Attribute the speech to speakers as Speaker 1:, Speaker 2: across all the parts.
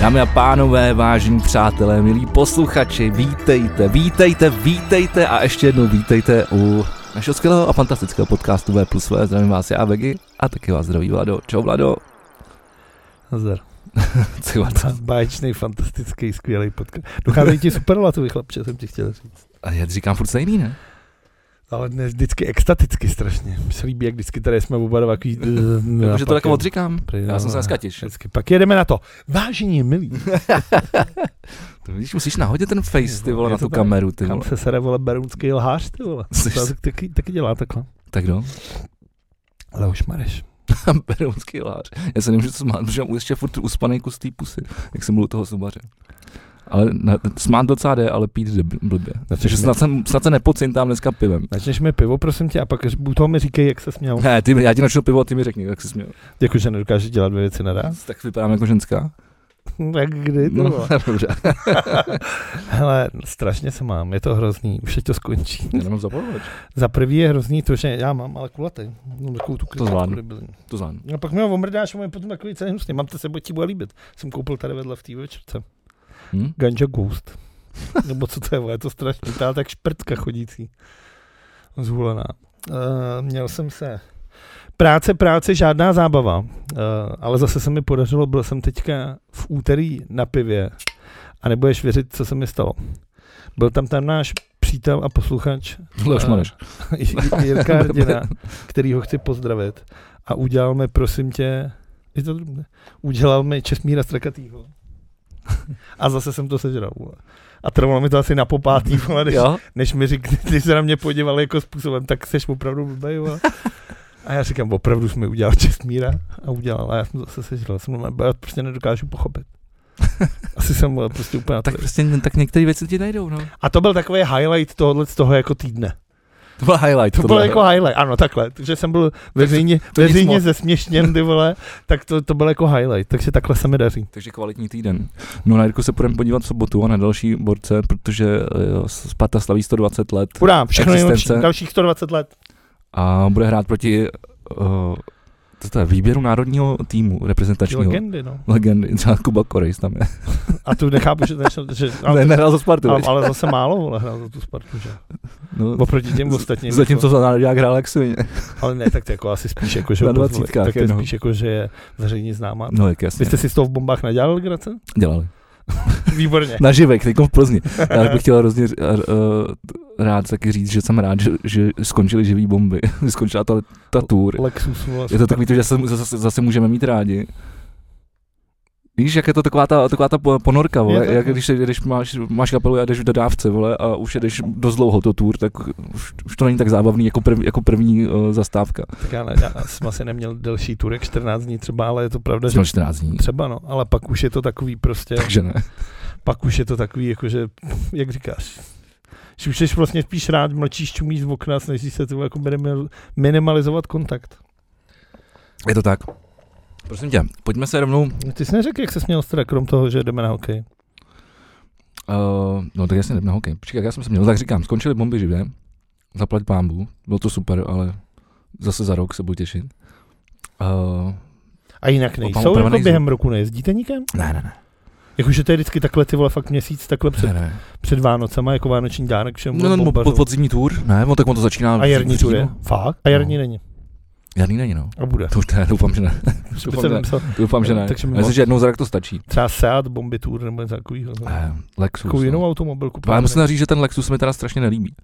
Speaker 1: Dámy a pánové, vážení přátelé, milí posluchači, vítejte, vítejte, vítejte a ještě jednou vítejte u našeho skvělého a fantastického podcastu V plus V. Zdravím vás já, Vegy, a taky vás zdraví Vlado. Čau, Vlado.
Speaker 2: Nazdar.
Speaker 1: Co vás-
Speaker 2: Báječný, fantastický, skvělý podcast. Docházejí ti superlativy, chlapče, jsem ti chtěl říct.
Speaker 1: A já říkám furt stejný, ne?
Speaker 2: Ale ne, vždycky extaticky strašně. Mně se líbí, jak vždycky tady jsme oba dva takový... eh,
Speaker 1: Jakože Jako, to
Speaker 2: pak
Speaker 1: tak
Speaker 2: je-
Speaker 1: odříkám.
Speaker 2: Prý,
Speaker 1: Já
Speaker 2: no,
Speaker 1: jsem se
Speaker 2: ne.
Speaker 1: dneska těšil.
Speaker 2: Vždycky. Pak jedeme na to. Vážení, milí.
Speaker 1: To vidíš, musíš nahodit ten face, ty vole,
Speaker 2: Je
Speaker 1: na
Speaker 2: to
Speaker 1: tu
Speaker 2: tak.
Speaker 1: kameru, ty
Speaker 2: Kam
Speaker 1: vole.
Speaker 2: se sere, vole, berunský lhář, ty vole.
Speaker 1: Jsi-
Speaker 2: To Taky, taky dělá takhle.
Speaker 1: Tak no,
Speaker 2: Leoš Mareš.
Speaker 1: berounský lář. Já se nemůžu smát, protože mám ještě furt uspaný kus té pusy, jak jsem byl u toho zubaře. Ale na, smát docela jde, ale pít jde bl- blbě.
Speaker 2: Na
Speaker 1: Takže
Speaker 2: všechny.
Speaker 1: snad, jsem, snad se nepocintám dneska pivem.
Speaker 2: Načneš mi pivo, prosím tě, a pak ř- u toho mi říkej, jak se směl.
Speaker 1: Ne, ty, já ti načnu pivo a ty mi řekni, jak jsi směl.
Speaker 2: Jako, že nedokáže dělat dvě věci naraz.
Speaker 1: Tak vypadám jako ženská.
Speaker 2: Tak kdy to
Speaker 1: No,
Speaker 2: bylo?
Speaker 1: dobře,
Speaker 2: Hele, strašně se mám, je to hrozný, už teď to skončí.
Speaker 1: já nemám zapomenout.
Speaker 2: Za prvý je hrozný to, že já mám, ale kulatý. Mám takovou tu krytku,
Speaker 1: zvládnu.
Speaker 2: debilní.
Speaker 1: To zvládnu.
Speaker 2: No pak mi ho omrdáš a mám potom takový celý hnusný. Mám to se ti bude líbit. Jsem koupil tady vedle v té večerce.
Speaker 1: Hm?
Speaker 2: Ganja Ghost. Nebo co to je, vole, je to strašně. Ta tak šprtka chodící. Zhulená. Uh, měl jsem se Práce, práce, žádná zábava. Uh, ale zase se mi podařilo, byl jsem teďka v úterý na pivě a nebudeš věřit, co se mi stalo. Byl tam ten náš přítel a posluchač
Speaker 1: Leoš
Speaker 2: Eh,
Speaker 1: Mareš.
Speaker 2: Jirka Hrdina, který ho chci pozdravit. A udělal mi, prosím tě, je to drobné, udělal mi Česmíra Strakatýho. A zase jsem to sežral. vole. A trvalo mi to asi na popátý, vole, než,
Speaker 1: Jo?
Speaker 2: než mi řík, když se na mě podíval jako způsobem, tak seš opravdu blbej, vole. A já říkám, opravdu jsme udělal Česmíra a udělal, a já jsem to zase sežral. Jsem, normálně- já prostě nedokážu pochopit. Asi jsem vole, prostě úplně... na
Speaker 1: Tak
Speaker 2: to-
Speaker 1: prostě tak některé věci ti najdou, no.
Speaker 2: A to byl takový highlight tohohle z toho jako týdne.
Speaker 1: To byl highlight.
Speaker 2: To bylo jako highlight, ano, takhle, že jsem byl veřejně,
Speaker 1: to nic
Speaker 2: veřejně
Speaker 1: moc.
Speaker 2: zesměšněn, ty vole, tak to, to byl jako highlight, takže takhle se mi daří.
Speaker 1: Takže kvalitní týden. No na Jirku se půjdeme podívat v sobotu a na další borce, protože eh, Sparta slaví 120 let
Speaker 2: Hurá, všechno nejlepší,
Speaker 1: Existence.
Speaker 2: dalších 120 let.
Speaker 1: a bude hrát proti uh, co to je, výběru národního týmu
Speaker 2: Ty
Speaker 1: reprezentačního.
Speaker 2: legendy, no.
Speaker 1: Legendy, třeba Kuba Korejs tam je.
Speaker 2: A tu nechápu, že, že, že
Speaker 1: Ne,
Speaker 2: ale,
Speaker 1: nehrál za Spartu.
Speaker 2: ale,
Speaker 1: veď?
Speaker 2: ale, zase málo, vole, hrál za tu Spartu, že?
Speaker 1: no,
Speaker 2: Oproti těm ostatním.
Speaker 1: zatímco za národňák hrál jak svině.
Speaker 2: Ale ne, tak to jako asi spíš jako, že
Speaker 1: Na
Speaker 2: ho pozvali.
Speaker 1: dvacítkách,
Speaker 2: tak to je
Speaker 1: no.
Speaker 2: spíš jako, že je veřejně známá.
Speaker 1: No jak jasně.
Speaker 2: Vy jste si z toho v bombách nadělal, Grace?
Speaker 1: Dělali.
Speaker 2: Výborně.
Speaker 1: Na živek, teď v Plzni. Já bych chtěl hrozně eh, eh, rád taky říct, že jsem rád, že, že skončily živý bomby. že skončila ta, ta tour.
Speaker 2: Lexus, vole,
Speaker 1: Je to takový to, že se, zase, zase můžeme mít rádi. Víš, jak je to taková ta, taková ta po- ponorka,
Speaker 2: Je
Speaker 1: vole,
Speaker 2: to
Speaker 1: jak
Speaker 2: tak.
Speaker 1: když, se- když máš, máš kapelu a jdeš v dodávce, vole, a už jedeš dost dlouho to tour, tak už, už to není tak zábavný jako, prv, jako první uh, zastávka.
Speaker 2: Tak já, ne, já jsem asi neměl delší turek 14 dní třeba, ale je to pravda, že
Speaker 1: Jsme 14 dní,
Speaker 2: třeba no, ale pak už je to takový prostě,
Speaker 1: takže ne.
Speaker 2: pak už je to takový jakože, jak říkáš, že už jsi vlastně spíš rád, mlčíš, čumíš v okna, snažíš se to jako minimal- minimalizovat kontakt.
Speaker 1: Je to tak. Prosím tě, pojďme se rovnou, uh,
Speaker 2: No, Ty jsi neřekl, jak se směl teda, krom toho, že jdeme na hokej.
Speaker 1: no tak jasně jdeme na hokej. Počkej, jak já jsem se měl, tak říkám, skončily bomby živě, zaplať pámbu, bylo to super, ale zase za rok se budu těšit. Uh,
Speaker 2: A jinak
Speaker 1: Opa,
Speaker 2: nejsou,
Speaker 1: opravdu
Speaker 2: jako
Speaker 1: No, nejsou.
Speaker 2: během roku nejezdíte nikam?
Speaker 1: ne, ne, ne,
Speaker 2: Jakože to je vždycky takhle ty vole fakt měsíc, takhle před,
Speaker 1: ne, ne.
Speaker 2: před Vánocema, jako vánoční dárek všem
Speaker 1: No, no,
Speaker 2: bombařům.
Speaker 1: po, podzimní tour, ne, no, tak on to začíná.
Speaker 2: A
Speaker 1: v-
Speaker 2: jarní
Speaker 1: v
Speaker 2: tu je.
Speaker 1: říjnu.
Speaker 2: Fakt?
Speaker 1: No.
Speaker 2: A jarní není.
Speaker 1: Jarní není, no.
Speaker 2: A bude.
Speaker 1: To už ne, doufám, že ne.
Speaker 2: Že by
Speaker 1: doufám,
Speaker 2: se
Speaker 1: že-
Speaker 2: vymyslel
Speaker 1: Doufám, že ne.
Speaker 2: Takže
Speaker 1: Já
Speaker 2: my
Speaker 1: myslím,
Speaker 2: moc-
Speaker 1: že jednou za rok to stačí.
Speaker 2: třeba Seat Bomby Tour nebo něco takového. ne?
Speaker 1: Eh, Lexus.
Speaker 2: Takovou
Speaker 1: no.
Speaker 2: jinou automobilku.
Speaker 1: Ale musím říct, že ten Lexus se mi teda strašně nelíbí.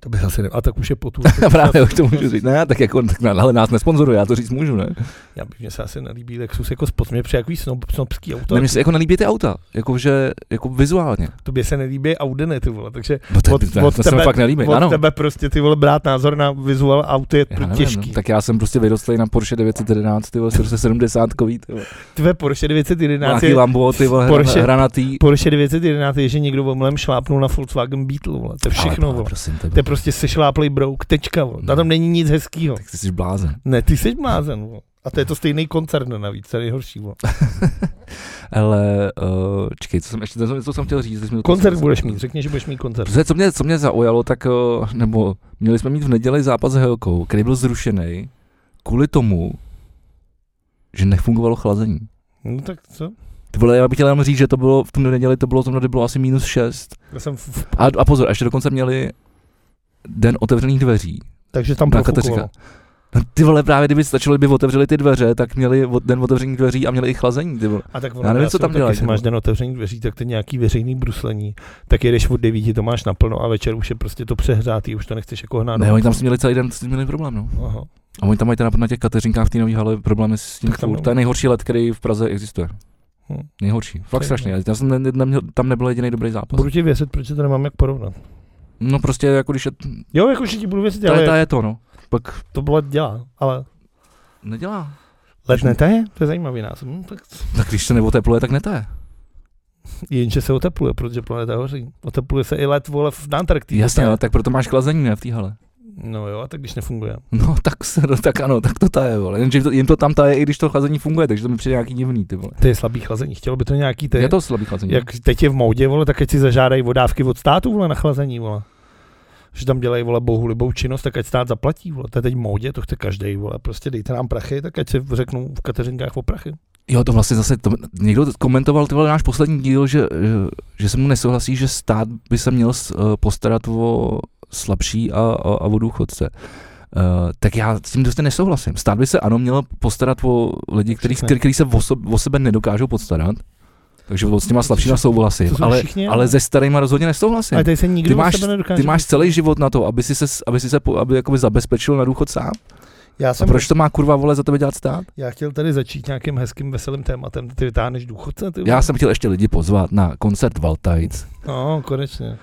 Speaker 2: To bych asi ne... A tak už je potůr.
Speaker 1: Právě už to můžu říct. Ne, tak jako, tak, ne, ale nás nesponzoruje, já to říct můžu, ne?
Speaker 2: Já bych mě se asi nelíbí Lexus jako spot. Mě přijde jakový snob, snobský auto.
Speaker 1: ne mně se jako nelíbí ty auta, jako že, jako vizuálně.
Speaker 2: Tobě se nelíbí Audiny, ty vole. Takže
Speaker 1: No to,
Speaker 2: Od-
Speaker 1: to, to,
Speaker 2: od
Speaker 1: se mi
Speaker 2: tebe-
Speaker 1: fakt nelíbí,
Speaker 2: od
Speaker 1: ano.
Speaker 2: tebe prostě ty vole brát názor na vizuál auto je
Speaker 1: Já
Speaker 2: pro
Speaker 1: nevím,
Speaker 2: těžký.
Speaker 1: no,
Speaker 2: Tak...
Speaker 1: tak já jsem prostě vyrostlý na Porsche 911, ty vole, 70 kový, ty vole.
Speaker 2: Tvé
Speaker 1: No,
Speaker 2: Porsche 911
Speaker 1: Nějaký
Speaker 2: je...
Speaker 1: Lambo, ty vole,
Speaker 2: Porsche-
Speaker 1: Porsche, hranatý.
Speaker 2: Porsche 911 je, že někdo omlem šlápnul na Volkswagen Beetle, vole. To je všechno,
Speaker 1: Ale,
Speaker 2: vole.
Speaker 1: prosím, tebe.
Speaker 2: To je prostě sešláplej brouk, tečka, vole. Na
Speaker 1: No.
Speaker 2: tom není nic hezkýho.
Speaker 1: Tak jsi blázen.
Speaker 2: Ne, ty jsi blázen, vole. A to je to stejný koncern navíc, to je nejhorší, vole.
Speaker 1: Ale uh, čekej, co jsem ještě co jsem- co jsem chtěl říct. teď jsme to-
Speaker 2: Koncert budeš mít, řekni, že budeš mít koncert.
Speaker 1: Protože co mě, co mě zaujalo, tak eh, nebo měli jsme mít v neděli zápas s Helkou, který byl zrušený kvůli tomu, že nefungovalo chlazení.
Speaker 2: No tak co?
Speaker 1: Ty vole, já bych chtěl jenom říct, že to bylo v tu neděli, to bylo zrovna, kdy bylo asi minus 6.
Speaker 2: Já jsem v, v,
Speaker 1: A, a pozor, ještě dokonce měli den otevřených dveří.
Speaker 2: takže tam
Speaker 1: Na
Speaker 2: profukovalo.
Speaker 1: No, ty vole, právě kdyby stačilo, kdyby otevřeli ty dveře, tak měli od- den otevřených dveří a měli i chlazení, ty vole.
Speaker 2: A tak
Speaker 1: Já nevím, co
Speaker 2: já jsem
Speaker 1: tam jako.
Speaker 2: taky,
Speaker 1: dělají,
Speaker 2: Jestli máš
Speaker 1: nebo-
Speaker 2: den otevřený dveří, tak ty nějaký veřejný bruslení, tak jedeš od 9, to máš naplno a večer už je prostě to přehrátý, už to nechceš jako hnát.
Speaker 1: Ne,
Speaker 2: domů.
Speaker 1: oni tam s tím měli celý den, s tím měli problém, no.
Speaker 2: Aha.
Speaker 1: A oni tam mají teda na těch kateřinkách v té nové hale problémy s tím
Speaker 2: Tak tam
Speaker 1: furt.
Speaker 2: jo.
Speaker 1: To je nejhorší let, který v Praze existuje.
Speaker 2: Hm.
Speaker 1: Nejhorší,
Speaker 2: To
Speaker 1: fakt
Speaker 2: je no.
Speaker 1: strašný. Já jsem ne, neměl, tam nebyl jediný dobrý zápas.
Speaker 2: Budu ti věřit, proč to nemám jak porovnat.
Speaker 1: No prostě jako když je,
Speaker 2: Jo, jako že ti budu věřit,
Speaker 1: ta,
Speaker 2: ale
Speaker 1: ta je to, no. Pak
Speaker 2: to bylo dělá, ale
Speaker 1: nedělá.
Speaker 2: let netaje, to je zajímavý název. Hm, tak
Speaker 1: Tak když se neotepluje, tak netaje.
Speaker 2: jenže se otepluje, protože planeta hoří. Otepluje se i let vole v Antarktidě.
Speaker 1: Jasně,
Speaker 2: Tak-
Speaker 1: ale tak proto máš chlazení, ne, v té hale.
Speaker 2: No jo, a tak když nefunguje.
Speaker 1: No tak, se, no, tak ano, tak to taje, vole. Jenže to, jim to tam taje, i když to chlazení funguje, takže to mi přijde nějaký divný, ty vole.
Speaker 2: To je slabý chlazení, chtělo by to nějaký ty.
Speaker 1: Je to slabý chlazení.
Speaker 2: Jak teď je v moudě, vole, tak ať si zažádají vodávky od státu, vole, na chlazení, vole. Že tam dělají, vole, bohulibou činnost, tak ať stát zaplatí, vole. To je teď v moudě, to chce každý, vole. Prostě dejte nám prachy, tak ať si řeknou v Kateřinkách o prachy.
Speaker 1: Jo, to vlastně zase, to, někdo komentoval ty vole, náš poslední díl, že, že, že se mu nesouhlasí, že stát by se měl s- eh, postarat o slabší a, a, a o důchodce. Uh, tak já s tím dost nesouhlasím. Stát by se ano měl postarat o lidi, kteří
Speaker 2: Přesně.
Speaker 1: který, který se o, so, o sebe nedokážou postarat. Takže s těma slabšíma
Speaker 2: To jsou-
Speaker 1: souhlasím,
Speaker 2: to jsou
Speaker 1: ale,
Speaker 2: všichni, ale-
Speaker 1: ale se starýma rozhodně nesouhlasím.
Speaker 2: Ale tady se nikdo
Speaker 1: Ty máš-
Speaker 2: o sebe nedokáže.
Speaker 1: Ty máš celý život na to, aby si se, aby si se po- aby jakoby zabezpečil na důchod sám.
Speaker 2: Já
Speaker 1: A
Speaker 2: jsem,
Speaker 1: proč to má kurva vole za tebe dělat stát?
Speaker 2: já chtěl tady začít nějakým hezkým, veselým tématem. Ty vytáhneš důchodce, ty vole?
Speaker 1: Já jsem chtěl ještě lidi pozvat na koncert Valtajc.
Speaker 2: No, konečně.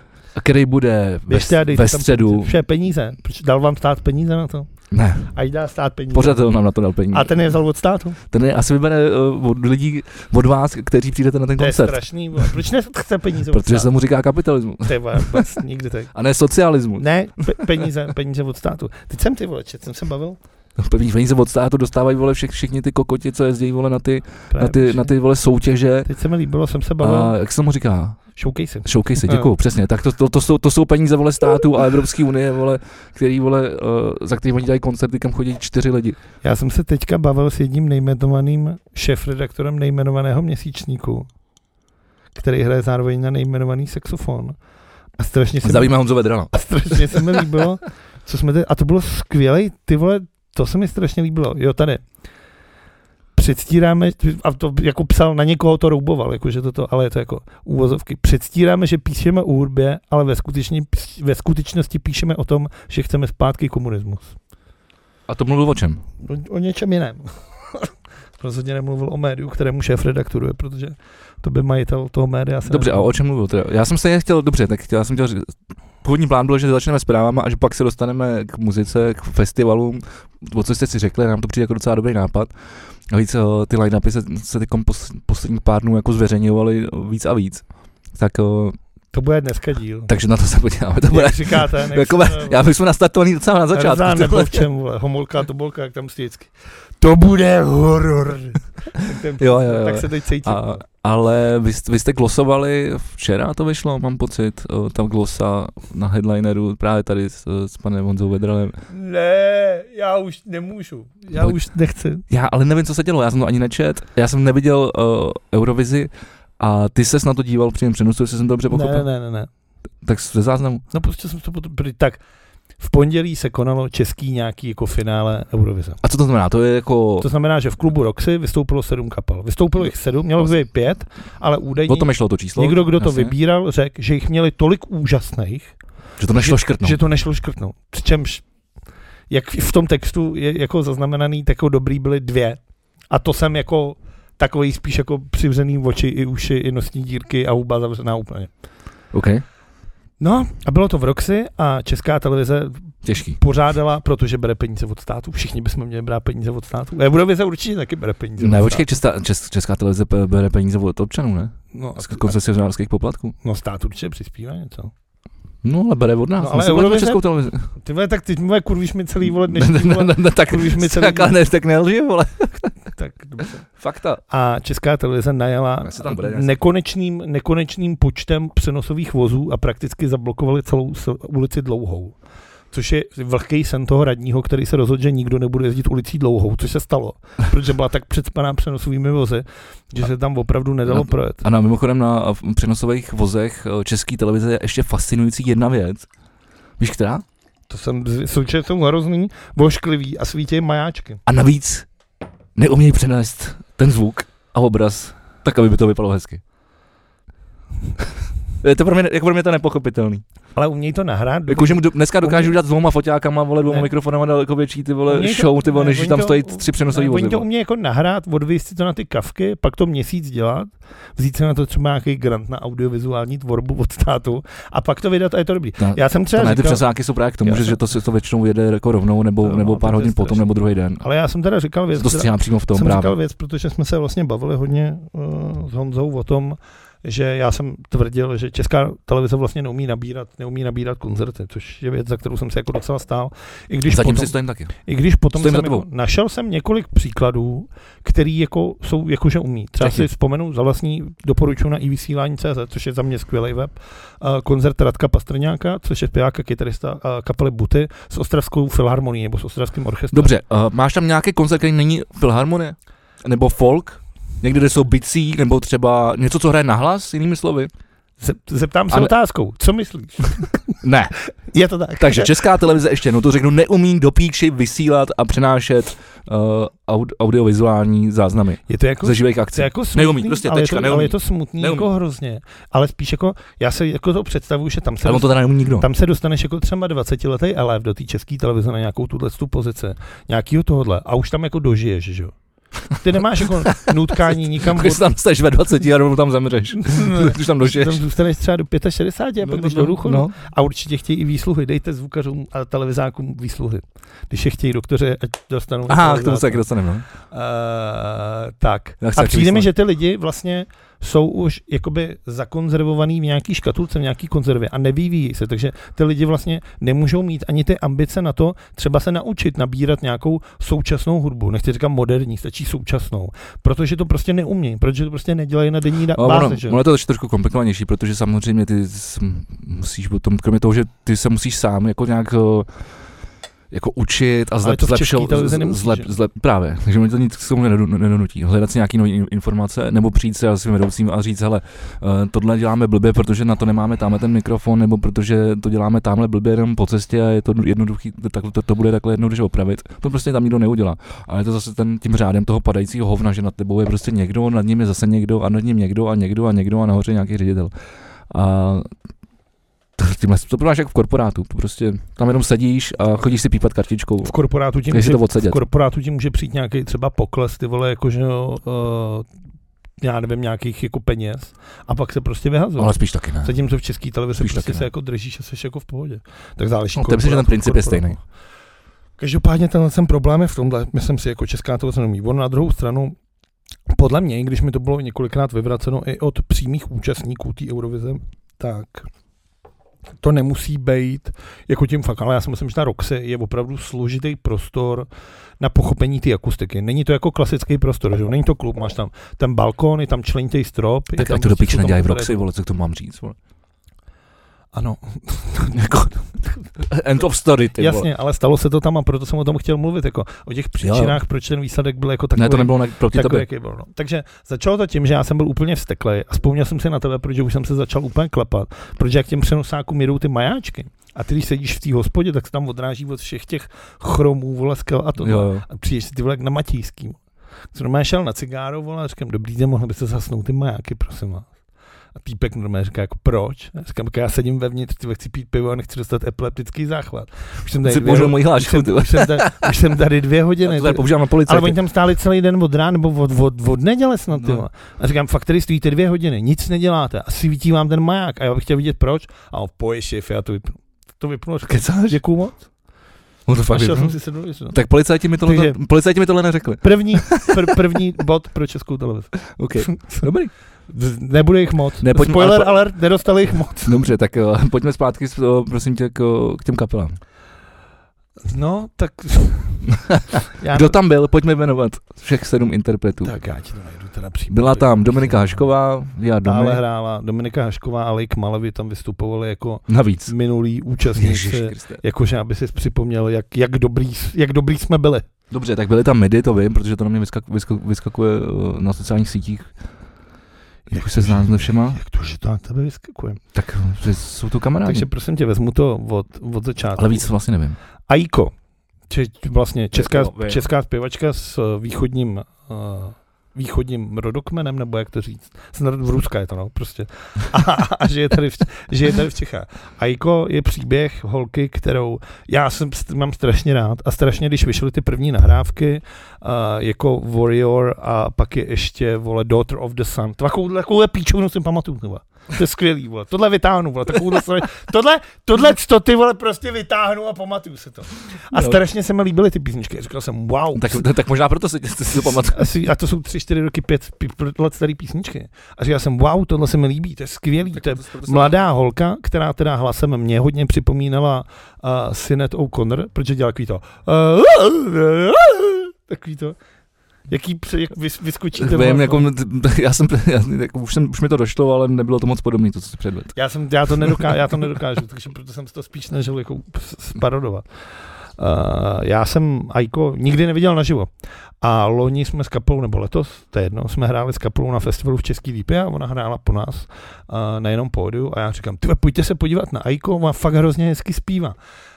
Speaker 1: který bude
Speaker 2: Běžte a
Speaker 1: ve,
Speaker 2: dejte
Speaker 1: ve
Speaker 2: tam
Speaker 1: středu.
Speaker 2: Vše peníze. Proč dal vám stát peníze na to?
Speaker 1: Ne,
Speaker 2: Ať dá stát peníze.
Speaker 1: pořadatel nám na to dal peníze.
Speaker 2: A ten je vzal od státu.
Speaker 1: ten je asi vybere eh, od lidí, od vás, kteří přijdete na ten
Speaker 2: To je
Speaker 1: koncert.
Speaker 2: strašný. vole. Proč ne chce peníze od
Speaker 1: Protože se
Speaker 2: státu?
Speaker 1: mu říká kapitalismus.
Speaker 2: Ty vole, vůbec nikdy tak.
Speaker 1: A ne socialismus.
Speaker 2: Ne, pe- peníze, peníze od státu. Teď jsem ty vole, čet, jsem se bavil.
Speaker 1: No, První peníze od státu dostávají vole všech, všichni ty kokoti, co jezdí vole na ty,
Speaker 2: Právě,
Speaker 1: na ty,
Speaker 2: protože-
Speaker 1: na ty vole soutěže.
Speaker 2: Teď se mi líbilo, jsem se bavil.
Speaker 1: A
Speaker 2: A...
Speaker 1: jak se mu říká?
Speaker 2: Showcase.
Speaker 1: Showcase,
Speaker 2: Ano.
Speaker 1: děkuju, přesně. Tak to, to, to, jsou, to jsou peníze vole státu a Evropské unie, vole, který vole, eh, za který oni dělají koncerty, kam chodí čtyři lidi.
Speaker 2: Já jsem se teďka bavil s jedním nejmenovaným šéfredaktorem nejmenovaného měsíčníku, který hraje zároveň na nejmenovaný saxofon. A strašně se, mi,
Speaker 1: Zdravíme Honzo Vedrana.
Speaker 2: a strašně se mi líbilo, co jsme tady, a to bylo skvělé, ty vole, to se mi strašně líbilo. Jo, tady. Předstíráme, a to jako psal na někoho, to rouboval, jako, že to, to, ale je to jako úvozovky. Předstíráme, že píšeme o hudbě, ale ve, skutečně, ve skutečnosti píšeme o tom, že chceme zpátky komunismus.
Speaker 1: A to mluvil o čem?
Speaker 2: O, o něčem jiném. Rozhodně nemluvil o médiu, kterému šéf redaktoruje, protože to by majitel toho média se
Speaker 1: Dobře, a o čem mluvil? Teda? Já jsem se chtěl, dobře, tak chtěl, já jsem chtěl říct, původní plán byl, že začneme zprávama a že pak se dostaneme k muzice, k festivalům, o co jste si řekli, nám to přijde jako docela dobrý nápad. A víc o, ty line-upy se, se teď pos, posledních pár dnů jako zveřejňovaly víc a víc. Tak, o,
Speaker 2: To bude dneska díl.
Speaker 1: takže na to se podíváme, to bude.
Speaker 2: Jak říkáte, nech
Speaker 1: Jako,
Speaker 2: se-
Speaker 1: já bych jsme nastartovaný docela na začátku.
Speaker 2: Rzán nebo
Speaker 1: tohle.
Speaker 2: v čem, vole, homolka, tobolka, jak tam vždycky. To bude horor. tak, ten,
Speaker 1: Jo, jo, jo.
Speaker 2: tak se teď cítím.
Speaker 1: A, ale vy, jste- vy jste glosovali, včera to vyšlo, mám pocit, o, ta glosa na headlineru právě tady s, s panem Honzou Vedralem.
Speaker 2: Ne, já už nemůžu. Já
Speaker 1: Pojď.
Speaker 2: už nechci.
Speaker 1: Já ale nevím, co se dělo, já jsem to ani nečet, já jsem neviděl uh, Eurovizi a ty ses na to díval při něm přenosu, jestli jsem to dobře pochopil.
Speaker 2: Ne, ne, ne, ne.
Speaker 1: Tak ze záznamu.
Speaker 2: No prostě jsem to potom... prý- Tak, v pondělí se konalo český nějaký jako finále Eurovize.
Speaker 1: A co to znamená? To je jako...
Speaker 2: To znamená, že v klubu Roxy vystoupilo sedm kapel. Vystoupilo jich sedm, mělo by být pět, ale údajně
Speaker 1: Vlastně. o tom nešlo to číslo?
Speaker 2: někdo, kdo to
Speaker 1: Jasně.
Speaker 2: vybíral, řekl, že jich měli tolik úžasných,
Speaker 1: Že to nešlo škrtnout.
Speaker 2: že to nešlo škrtnout. Přičemž, jak v tom textu je jako zaznamenaný, tak jako dobrý byly dvě. A to jsem jako takový spíš jako přivřený oči i uši, i nosní dírky a huba zavřená úplně.
Speaker 1: OK,
Speaker 2: No a bylo to v Roxy a Česká televize
Speaker 1: těžký.
Speaker 2: pořádala, protože bere peníze od státu. Všichni bychom měli brát peníze od státu. Eurovize určitě taky bere peníze
Speaker 1: Ne,
Speaker 2: od
Speaker 1: počkej, česká, čes, česká televize pe- bere peníze od občanů, ne?
Speaker 2: státu. No,
Speaker 1: Z koncesionářských poplatků.
Speaker 2: No stát určitě přispívá něco.
Speaker 1: No, ale bere od nás.
Speaker 2: No,
Speaker 1: No,
Speaker 2: ale
Speaker 1: ale Eurovize...
Speaker 2: Eurovize-
Speaker 1: českou televizi.
Speaker 2: Ty vole, tak ty moje kurvíš mi celý vole
Speaker 1: Ne,
Speaker 2: dnešní
Speaker 1: ne, ne,
Speaker 2: vole.
Speaker 1: ne, ne, tak,
Speaker 2: kurvíš mi celý
Speaker 1: tak, ale ne, tak nelži, vole.
Speaker 2: Tak, dobře.
Speaker 1: Fakta.
Speaker 2: A Česká televize najela
Speaker 1: Já se tam bude, já se-
Speaker 2: nekonečným, nekonečným počtem přenosových vozů a prakticky zablokovali celou s- ulici dlouhou. což je vlhký sen toho radního, který se rozhodl, že nikdo nebude jezdit ulicí dlouhou, což se stalo, protože byla tak předspaná přenosovými vozy, že se tam opravdu nedalo
Speaker 1: No,
Speaker 2: projet.
Speaker 1: A na, mimochodem na v- přenosových vozech eh, české televize je ještě fascinující jedna věc. Víš která?
Speaker 2: To jsem, současně jsou hrozný, vošklivý a svítí majáčky.
Speaker 1: A navíc neumějí přenést ten zvuk a obraz tak, aby by to vypadalo hezky. je to pro mě, jako pro mě to nepochopitelný.
Speaker 2: Ale umějí to nahrát. dobře.
Speaker 1: Jakože mu do- dneska dokážu
Speaker 2: Umějí-
Speaker 1: dělat s dvouma foťákama, vole, dvouma
Speaker 2: Ne.
Speaker 1: mikrofonama daleko větší ty vole
Speaker 2: Umějí to-
Speaker 1: show, ty vole,
Speaker 2: ne,
Speaker 1: než
Speaker 2: oni
Speaker 1: tam
Speaker 2: to-
Speaker 1: stojí tři přenosový
Speaker 2: Ale
Speaker 1: vozy.
Speaker 2: Oni to
Speaker 1: vole.
Speaker 2: umějí jako nahrát, odvíjet si to na ty kavky, pak to měsíc dělat, vzít si na to třeba nějaký grant na audiovizuální tvorbu od státu a pak to vydat a je to dobrý.
Speaker 1: Ta-
Speaker 2: Já jsem třeba
Speaker 1: Ne, ty
Speaker 2: říkal,
Speaker 1: přesáky jsou právě k tomu,
Speaker 2: Já
Speaker 1: že,
Speaker 2: jsem-
Speaker 1: že to se to většinou jede jako rovnou, nebo,
Speaker 2: No,
Speaker 1: nebo
Speaker 2: to
Speaker 1: pár
Speaker 2: je
Speaker 1: hodin potom,
Speaker 2: strašný.
Speaker 1: nebo druhý den.
Speaker 2: ale já jsem teda říkal věc,
Speaker 1: To
Speaker 2: která-
Speaker 1: stíhá přímo v tom
Speaker 2: jsem
Speaker 1: právě.
Speaker 2: říkal věc, protože jsme se vlastně bavili hodně uh, s Honzou o tom, že já jsem tvrdil, že česká televize vlastně neumí nabírat, neumí nabírat koncerty, což je věc, za kterou jsem se jako docela stál. I když
Speaker 1: Zatím
Speaker 2: potom,
Speaker 1: si stojím taky.
Speaker 2: i když potom
Speaker 1: stojím
Speaker 2: jsem
Speaker 1: za tebou.
Speaker 2: jako, našel jsem několik příkladů, který jako jsou jakože umí. Třeba
Speaker 1: Čechy.
Speaker 2: si vzpomenu za vlastní doporučuji na e iVysílání.cz, což je za mě skvělý web, uh, koncert Radka Pastrňáka, což je zpěvák a kytarista uh, kapely Buty s ostravskou filharmonií nebo s ostravským orchestrem.
Speaker 1: Dobře, uh, máš tam nějaký koncert, který není filharmonie? Nebo folk? Někde, kde jsou bicí, nebo třeba něco, co hraje nahlas, jinými slovy?
Speaker 2: Zep- Zeptám se
Speaker 1: Ale-
Speaker 2: otázkou, co myslíš?
Speaker 1: Ne.
Speaker 2: Je to tak.
Speaker 1: Takže česká televize, ještě jednou to řeknu, neumí do píči vysílat a přenášet uh, aud- audiovizuální záznamy
Speaker 2: je to jako,
Speaker 1: ze živých
Speaker 2: to
Speaker 1: akcí.
Speaker 2: je jako smutný,
Speaker 1: Neumí, prostě
Speaker 2: ale,
Speaker 1: tečka,
Speaker 2: je to,
Speaker 1: neumí.
Speaker 2: ale je to smutný
Speaker 1: Neumí.
Speaker 2: jako hrozně. Ale spíš jako, já se jako to představuju, že tam se,
Speaker 1: Ale on to teda neumí nikdo.
Speaker 2: tam se dostaneš jako třeba 20 letý elef do té české televize na nějakou tuhle tu pozice, nějakýho tohohle a už tam jako dožiješ, že jo. Ty nemáš jako nutkání nikam
Speaker 1: Když tam jsteš ve 20 a rovnou tam zemřeš. Když tam dožiješ.
Speaker 2: tam zůstaneš třeba do 65 a pak jdeš do důchodu.
Speaker 1: no.
Speaker 2: A určitě chtějí i výsluhy. Dejte zvukařům a televizákům výsluhy. Když je chtějí doktoře, ať dostanou.
Speaker 1: Aha, k
Speaker 2: televizáka.
Speaker 1: tomu se taky dostaneme. No.
Speaker 2: Uh, tak.
Speaker 1: Já chci
Speaker 2: A
Speaker 1: taky
Speaker 2: přijde mi,
Speaker 1: výsledek.
Speaker 2: že ty lidi vlastně jsou už jakoby zakonzervovaný v nějaký škatulce, v nějaký konzervě a nevyvíjí se, takže ty lidi vlastně nemůžou mít ani ty ambice na to třeba se naučit nabírat nějakou současnou hudbu, nechci říkat moderní, stačí současnou, protože to prostě neumějí, protože to prostě nedělají na denní da-
Speaker 1: No, ono,
Speaker 2: bázi, že?
Speaker 1: ono je to ještě trošku komplikovanější, protože samozřejmě ty s- musíš potom, kromě toho, že ty se musíš sám jako nějak eh, jako učit a zlep,
Speaker 2: to v český
Speaker 1: zlepšil,
Speaker 2: televizi
Speaker 1: z-
Speaker 2: nemusíš,
Speaker 1: zlep,
Speaker 2: že?
Speaker 1: zlep, právě, takže oni to nic k tomu nedodu- nedonutí. Hledat si nějaký nový in- informace, nebo přijít se svým vedoucím a říct, hele, eh, tohle děláme blbě, protože na to nemáme tamhle ten mikrofon, nebo protože to děláme tamhle blbě jenom po cestě a je to jednoduchý, tak to, to bude takhle jednoduše opravit. To prostě tam nikdo neudělá. Ale je to zase ten, tím řádem toho padajícího hovna, že nad tebou je prostě někdo, nad ním je zase někdo a nad ním někdo a někdo a někdo a nahoře nějaký ředitel. A to, tímhle, to máš jako v korporátu, to prostě tam jenom sedíš a chodíš si pípat kartičkou.
Speaker 2: v korporátu ti
Speaker 1: Když si
Speaker 2: může,
Speaker 1: to
Speaker 2: v
Speaker 1: odsedět.
Speaker 2: korporátu ti může přijít nějaký třeba pokles, ty vole, jakože uh, já nevím, nějakých jako peněz a pak se prostě vyhazuje.
Speaker 1: Ale spíš taky ne.
Speaker 2: Zatímco v české televizi
Speaker 1: Spíš
Speaker 2: prostě
Speaker 1: taky
Speaker 2: se
Speaker 1: ne.
Speaker 2: jako držíš a jsi jako v pohodě. Tak záleží.
Speaker 1: No, to myslím, že ten
Speaker 2: korporát-
Speaker 1: princip je
Speaker 2: korporát.
Speaker 1: stejný.
Speaker 2: Každopádně tenhle ten problém je v tomhle, myslím si, jako česká televize neumí. On na druhou stranu, podle mě, i když mi to bylo několikrát vyvraceno i od přímých účastníků té Eurovize, tak to nemusí být jako tím fakt, ale já si myslím, že ta Roxy je opravdu složitý prostor na pochopení té akustiky. Není to jako klasický prostor, že jo? Není to klub, máš tam ten balkon, je tam členitý strop. je
Speaker 1: Tak
Speaker 2: tam
Speaker 1: ať to do
Speaker 2: prostě-
Speaker 1: píče
Speaker 2: jsou tam
Speaker 1: nedělají v
Speaker 2: operetti.
Speaker 1: Roxy, vole, co k tomu mám říct, vole.
Speaker 2: Ano,
Speaker 1: Jako, end of story, ty vole.
Speaker 2: Jasně, ale stalo se to tam a proto jsem o tom chtěl mluvit, jako o těch příčinách, proč ten výsledek byl jako takový.
Speaker 1: Ne, to nebylo na, proti
Speaker 2: takový,
Speaker 1: tobě.
Speaker 2: jaký byl, no. Takže začalo to tím, že já jsem byl úplně vzteklej a vzpomněl jsem si na tebe, protože už jsem se začal úplně klepat, protože jak těm přenosákům jedou ty majáčky a ty, když sedíš v té hospodě, tak se tam odráží od všech těch chromů, vole, skel a to.
Speaker 1: Jo, jo.
Speaker 2: A přijdeš si ty vole jak na Matějský. Co normálně šel na cigáro, vole, a říkám, dobrý den, mohl byste zasnout ty majáky, prosím vás. A týpek normálně říká, jako proč? A říkám, jako já sedím vevnitř, ty vole, chci pít pivo a nechci dostat epileptický záchvat. Už jsem tady,
Speaker 1: Si
Speaker 2: dvě,
Speaker 1: použil
Speaker 2: ho-
Speaker 1: moji
Speaker 2: už, jsem,
Speaker 1: hlášku, ty vole.
Speaker 2: už, jsem tady, už jsem tady dvě hodiny.
Speaker 1: To tady
Speaker 2: ty-
Speaker 1: používám na policii.
Speaker 2: ale oni tam stáli celý den od rána nebo od, od, od neděle snad.
Speaker 1: No.
Speaker 2: No. A říkám, fakt tady stojíte dvě hodiny, nic neděláte a svítí vám ten maják a já bych chtěl vidět proč. A on poje šif, já to vypnu. To vypnu, a říkám,
Speaker 1: Kecáš?
Speaker 2: děkuju moc.
Speaker 1: No to
Speaker 2: a
Speaker 1: fakt je,
Speaker 2: šel
Speaker 1: no.
Speaker 2: jsem si sednout. jestli no.
Speaker 1: Tak policajti mi tohle,
Speaker 2: Takže-
Speaker 1: policajti mi tohle neřekli.
Speaker 2: První, pr- první bod pro českou televizi.
Speaker 1: OK. Dobrý.
Speaker 2: Nebude jich moc.
Speaker 1: Ne,
Speaker 2: Ne,
Speaker 1: pojďme-
Speaker 2: Spoiler
Speaker 1: ale po-
Speaker 2: alert, nedostali jich moc.
Speaker 1: eh, Dobře, tak uh, pojďme zpátky s- eh, prosím tě k, eh, k těm kapelám.
Speaker 2: No, tak... já
Speaker 1: Kdo tam byl? Pojďme jmenovat všech sedm interpretů.
Speaker 2: Tak já ti to najdu teda přímo.
Speaker 1: Byla tam Dominika Hašková, já
Speaker 2: Dále
Speaker 1: Dominik,
Speaker 2: hrála Dominika Hašková a Lake Malevi tam vystupovali jako
Speaker 1: navíc.
Speaker 2: minulý účastníci.
Speaker 1: Kriste.
Speaker 2: Jakože aby si připomněl, jak, jak, dobrý, jak dobrý jsme byli.
Speaker 1: Dobře, tak byly tam medy, to vím, protože to na mě vyskak, vyskak, vyskakuje eh, na sociálních sítích. Jak už se znám se všema,
Speaker 2: Jak to, že to na tebe vyskakuje?
Speaker 1: tak eh, že jsou to kamarádi.
Speaker 2: Takže prosím tě, vezmu to od, od začátku.
Speaker 1: Ale víc vlastně nevím.
Speaker 2: Aiko, či, vlastně česká,
Speaker 1: Jo, vím.
Speaker 2: česká zpěvačka s eh, východním, uh, východním rodokmenem, nebo jak to říct, Snad v Ruska je to, no, prostě. A, a, a že, je tady v, že je tady v Čechách. Aiko je příběh holky, kterou já jsem, st- mám strašně rád a strašně, když vyšly ty první nahrávky uh, jako Warrior a pak je ještě, vole, Daughter of the Sun. Takovou, takovouhle píčovinu si pamatuju, vole. To je skvělý, vole. Tohle vytáhnu, vole. Takovouhle, stra- tohle, tohle to ty, vole, prostě vytáhnu a pamatuju si to. A
Speaker 1: Jo.
Speaker 2: strašně se mi líbily ty písničky. Říkal jsem, wow.
Speaker 1: No. Tak, tak možná proto si, si to pamatuju.
Speaker 2: Asi, a to jsou tři, čtyři roky, pět pět let starý písničky. A říkal jsem, wow, tohle se mi líbí, to je skvělý. To je mladá holka, která teda hlasem mě hodně připomínala uh, Sinet O'Connor, protože dělá takový to. takový to. Jaký pře, jak vys, vyskočí ten
Speaker 1: Vím,
Speaker 2: hlas,
Speaker 1: jako,
Speaker 2: no.
Speaker 1: já jsem, já, jako, už, jsem, už mi to došlo, ale nebylo to moc podobné, to, co jsi předvedl.
Speaker 2: Já, jsem, já, to nedokážu, já to nedokážu, takže proto jsem si to spíš snažil jako s- sparodovat. Uh, já jsem Aiko nikdy neviděl naživo. A loni jsme s kapelou, nebo letos, to je jedno, jsme hráli s kapelou na festivalu v Český Lípě a ona hrála po nás uh, na jenom pódiu a já říkám, tyhle, pojďte se podívat na Aiko, ona fakt hrozně hezky zpívá.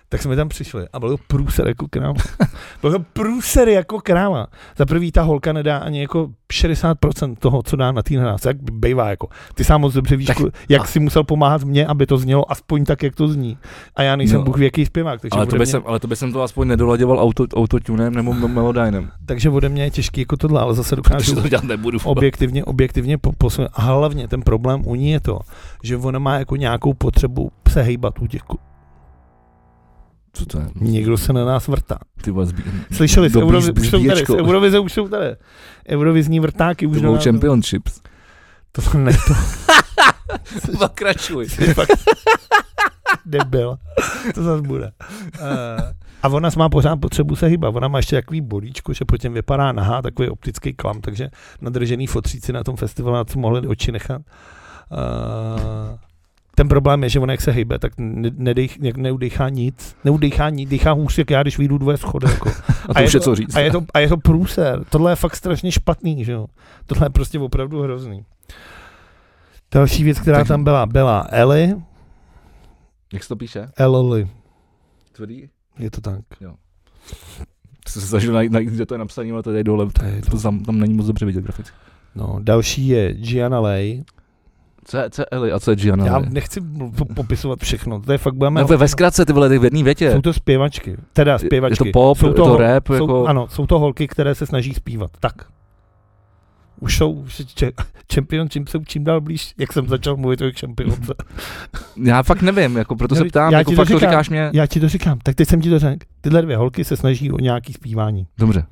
Speaker 2: Tak jsme tam přišli a byl to průser jako kráva. byl to průser jako kráva. Za prvý ta holka nedá ani jako 60% toho, co dá na té nahrávce, jak bývá jako. Ty sám moc dobře víš,
Speaker 1: Tak-
Speaker 2: tak, jak
Speaker 1: a-
Speaker 2: si musel pomáhat mě, aby to znělo aspoň tak, jak to zní. A já nejsem
Speaker 1: No.
Speaker 2: no, Bůh věký zpěvák, takže
Speaker 1: Ale to,
Speaker 2: ode
Speaker 1: by
Speaker 2: mě-
Speaker 1: jsem, ale to by jsem to aspoň nedoladěval auto, autotunem nebo m- melodynem.
Speaker 2: takže ode mě je těžký jako tohle, ale zase
Speaker 1: Takže
Speaker 2: dokážu
Speaker 1: to dělat nebudu.
Speaker 2: objektivně, objektivně po- posunout. A hlavně ten problém u ní je to, že ona má jako nějakou potřebu se hejbat u těch ku-
Speaker 1: Co to je?
Speaker 2: Nikdo se na nás vrtá.
Speaker 1: Ty vole, zbí...
Speaker 2: Slyšeli jste,
Speaker 1: Dobrý
Speaker 2: Eurovi- už jsou tady, z
Speaker 1: zbíječko.
Speaker 2: Eurovize už jsou tady. Eurovizní vrtáky už
Speaker 1: To
Speaker 2: na
Speaker 1: budou
Speaker 2: nás-
Speaker 1: championships.
Speaker 2: To ne,
Speaker 1: Pokračuj.
Speaker 2: jsi fakt debil. To zase bude. Eh, A ona má pořád potřebu se hýbat. Ona má ještě takový bodíčko, že potom vypadá nahá, takový optický klam, takže nadržený fotříci na tom festivalu na to mohli oči nechat. Eh, Ten problém je, že on jak se hýbe, tak ne- nedej, jak neudechá nic. Neudechá nic, dechá hůř, jak já, když vyjdu dvoje schody. Jako.
Speaker 1: A to
Speaker 2: je
Speaker 1: už je co říct.
Speaker 2: A je, to, a je to průser. Tohle je fakt strašně špatný, že jo. Tohle je prostě opravdu hrozný. Další věc, která
Speaker 1: Takže-
Speaker 2: tam byla, byla Ellie,
Speaker 1: Jak se to píše?
Speaker 2: Ellie,
Speaker 1: Tvrdý?
Speaker 2: je to tak.
Speaker 1: To jsem se snažil najít, najít, kde to je napsané, ale to je dole.
Speaker 2: To je
Speaker 1: To tam, tam není moc dobře vidět graficky.
Speaker 2: No, další je Gianna Lay.
Speaker 1: Co je, co je Eli a co je Gianna?
Speaker 2: Já
Speaker 1: Já, ne,
Speaker 2: nechci po- popisovat všechno, to je fakt budeme...
Speaker 1: ne, No, ve, ve zkratce ty vole, ty v jedné větě.
Speaker 2: jsou to zpěvačky, teda
Speaker 1: Je
Speaker 2: zpěvačky.
Speaker 1: to pop,
Speaker 2: jsou
Speaker 1: je to
Speaker 2: hol-
Speaker 1: rap,
Speaker 2: jsou,
Speaker 1: jako-
Speaker 2: Ano, jsou to holky, které se snaží zpívat, tak. Už jsou, už je če- čempion, čím jsou čím dál blíž, jak jsem začal mluvit o jejich čempionce.
Speaker 1: Já fakt nevím, jako proto
Speaker 2: Já-
Speaker 1: se ptám,
Speaker 2: já
Speaker 1: jako
Speaker 2: ti to
Speaker 1: fakt to
Speaker 2: říkám.
Speaker 1: říkáš mě.
Speaker 2: Já ti to říkám, tak teď jsem ti to řekl. Tyhle dvě holky se snaží o nějaký zpívání.
Speaker 1: Dobře.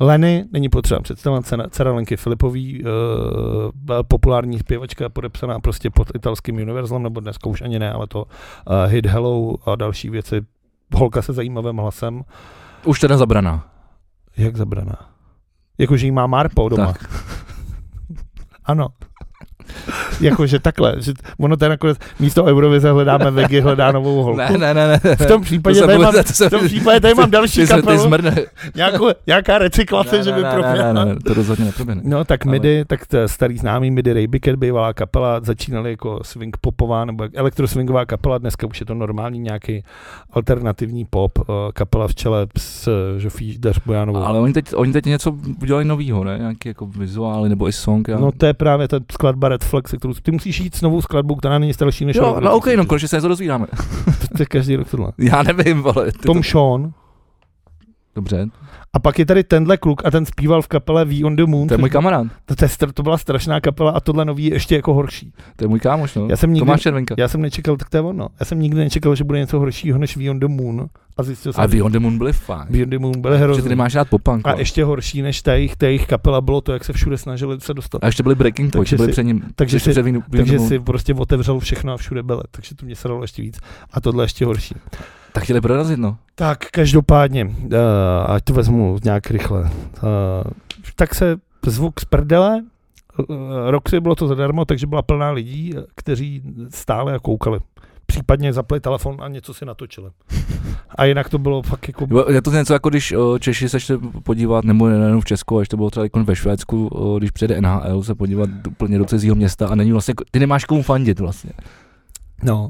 Speaker 2: Leny, není potřeba představovat, dcera- dcera Lenky Filipový, eh, populární zpěvačka podepsaná prostě pod italským univerzlem, nebo dneska už ani ne, ale to eh, Hit Hello a další věci. Holka se zajímavým hlasem,
Speaker 1: Už teda zabraná.
Speaker 2: jak zabraná. Jakože jí má Marpo doma.
Speaker 1: Tak.
Speaker 2: Ano. Jakože takhle. Že t- ono to je nakonec, místo Eurovize hledáme Vegy, hledá novou holku.
Speaker 1: Ne, ne, ne, ne.
Speaker 2: V tom případě tady mám,
Speaker 1: to jsem,
Speaker 2: v tom případě tady mám další
Speaker 1: ty, se- ty
Speaker 2: kapelu,
Speaker 1: zmrne.
Speaker 2: nějakou, nějaká recyklace, že
Speaker 1: ne,
Speaker 2: by
Speaker 1: ne,
Speaker 2: proběhla.
Speaker 1: ne, to rozhodně neproběhne.
Speaker 2: No tak
Speaker 1: Ale-
Speaker 2: MIDI, tak t- starý známý MIDI Raybiket, bývalá kapela, začínali jako swing popová nebo jak elektroswingová kapela, dneska už je to normální nějaký alternativní pop, eh, kapela v čele s eh, Žofí Dařbojánovou.
Speaker 1: Ale oni teď, oni teď něco udělali novýho, ne? Nějaký jako vizuály nebo i song. Já...
Speaker 2: No to je právě ta skladba Red Flag, se kterou ty musíš jít s novou skladbou, která není starší než
Speaker 1: jo,
Speaker 2: rok
Speaker 1: no ok, no
Speaker 2: 2000.
Speaker 1: konečně se něco dozvídáme.
Speaker 2: To- To je každý rok tohle.
Speaker 1: Já nevím, vole. Ty to...
Speaker 2: Tom Sean
Speaker 1: Dobře,
Speaker 2: A pak je tady tenhle kluk a ten zpíval v kapele We on the Moon.
Speaker 1: To je můj kamarád,
Speaker 2: to, to, je str- to byla strašná kapela a tohle nový je ještě jako horší.
Speaker 1: to je můj kámoš, no.
Speaker 2: Já jsem nikdy,
Speaker 1: Tomáš Červenka.
Speaker 2: já jsem nečekal, tak to je ono. Já jsem nikdy nečekal, že bude něco horšího než We on the Moon. A zjistil jsem,
Speaker 1: Ale Beyond the Moon byli fajn.
Speaker 2: We on the Moon byl
Speaker 1: Že
Speaker 2: hrozný.
Speaker 1: ty nemáš rád popunk.
Speaker 2: A
Speaker 1: no.
Speaker 2: ještě horší než ta jejich, ta jejich kapela bylo to, jak se všude snažili se dostat.
Speaker 1: A ještě byli Breaking Point,
Speaker 2: Takže
Speaker 1: byli
Speaker 2: si-
Speaker 1: před ním.
Speaker 2: takže
Speaker 1: ještě
Speaker 2: si-
Speaker 1: před Beyond the
Speaker 2: Takže
Speaker 1: Moon.
Speaker 2: si prostě otevřel všechno a všude bele, takže to mě sralo ještě víc. A tohle ještě horší.
Speaker 1: Tak chtěli prorazit, no.
Speaker 2: Tak každopádně, uh, ať to vezmu nějak rychle. Uh, tak se zvuk z prdele, uh, Roxy bylo to zadarmo, takže byla plná lidí, eh, kteří stále a koukali. Případně zapli telefon a něco si natočili. A jinak to bylo fakt jako...
Speaker 1: Jo, Je to něco jako když o, Češi se šli podívat, nebo nejenom v Česku, ale ještě bylo třeba jako ve Švédsku, o, když přijede NHL se podívat úplně do cizího města a není vlastně, ty nemáš komu fandit vlastně.
Speaker 2: No.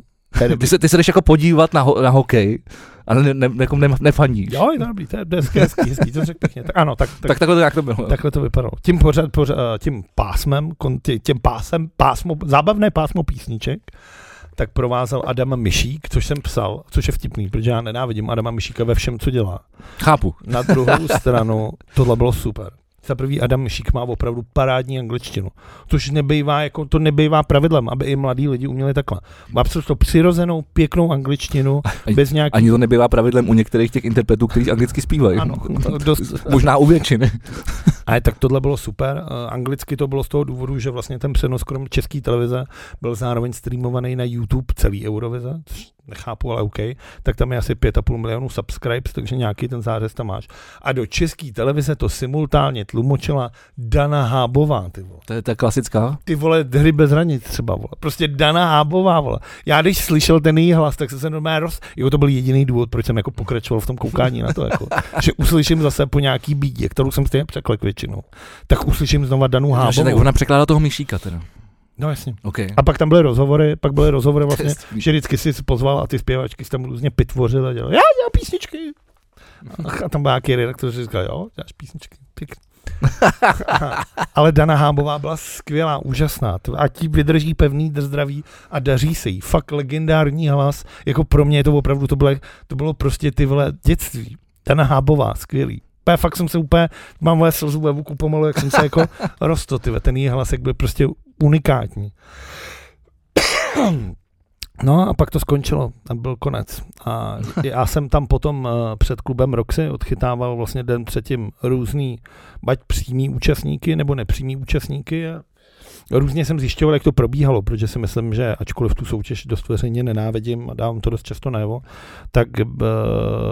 Speaker 1: Ty se, ty se jdeš jako podívat na, ho, na hokej, ale ne, ne, ne, ne, nefandíš.
Speaker 2: Jo, je to dobrý, to je to je hezký, hezký, hezký, to řekl pěkně. Tak, ano, tak, tak,
Speaker 1: Tak takhle to nějak to bylo.
Speaker 2: Takhle to vypadalo. Tím, pořad, pořad, eh, tím pásmem, kon- tě- tím pásem, pásmo, zábavné pásmo písniček, tak provázel Adama Myšík, což jsem psal, což je vtipný, protože já nenávidím Adama Myšíka ve všem, co dělá.
Speaker 1: Chápu.
Speaker 2: Na druhou stranu, tohle bylo super. Za prvý Adam Myšík má opravdu parádní angličtinu, což nebejvá, jako, to nebejvá pravidlem, aby i mladí lidi uměli takhle. Má prostě přirozenou, pěknou angličtinu,
Speaker 1: Ani-
Speaker 2: bez nějaký...
Speaker 1: Ani to nebývá pravidlem u některých těch interpretů, kteří anglicky zpívají.
Speaker 2: Ano, dost,
Speaker 1: Možná u většiny.
Speaker 2: Ale tak tohle bylo super. Eh, Anglicky to bylo z toho důvodu, že vlastně ten přenos krom české televize byl zároveň streamovaný na YouTube celý Eurovize, což nechápu, ale OK. Tak tam je asi 5,5 milionů subscribes, takže nějaký ten zářez tam máš. A do české televize to simultánně tlumočila Dana Hábová, ty vole.
Speaker 1: To je ta klasická.
Speaker 2: Ty vole, hry bez hranic třeba, vole. Prostě Dana Hábová, vole. Já když slyšel ten její hlas, tak jsem se normálně roz... Jo, to byl jediný důvod, proč jsem jako pokračoval v tom koukání na to, jako. Že uslyším zase po nějaký bídě, kterou jsem stejně překlek většinou. Tak uslyším znova Danu
Speaker 1: Takže tak
Speaker 2: Hábovou.
Speaker 1: ona překládá toho myšíka teda.
Speaker 2: No jasně.
Speaker 1: OK.
Speaker 2: A pak tam byly rozhovory, pak byly rozhovory vlastně,
Speaker 1: To je
Speaker 2: že vždycky si pozval a ty zpěvačky si tam různě pitvořily a dělali, já dělám písničky. A tam byl nějaký redaktor, že říkal, jo, děláš písničky, pěkně. Ale Dana Hábová byla skvělá, úžasná. T- A ti vydrží pevný dr- zdraví a daří se jí. Fakt legendární hlas. Jako pro mě to opravdu, to bylo, to bylo prostě ty vole dětství. Dana Hábová, skvělý. Úplně fakt jsem se úplně, mám moje slzu ve vuku pomalu, jak jsem se jako rostl, ty vole. ten její hlasek byl prostě unikátní. No a pak to skončilo, tam byl konec. A já jsem tam potom eh, před klubem Roxy odchytával vlastně den předtím různý, bať přímý účastníky nebo nepřímý účastníky. A různě jsem zjišťoval, jak to probíhalo, protože si myslím, že ačkoliv tu soutěž dost veřejně nenávidím a dávám to dost často najevo, tak eh,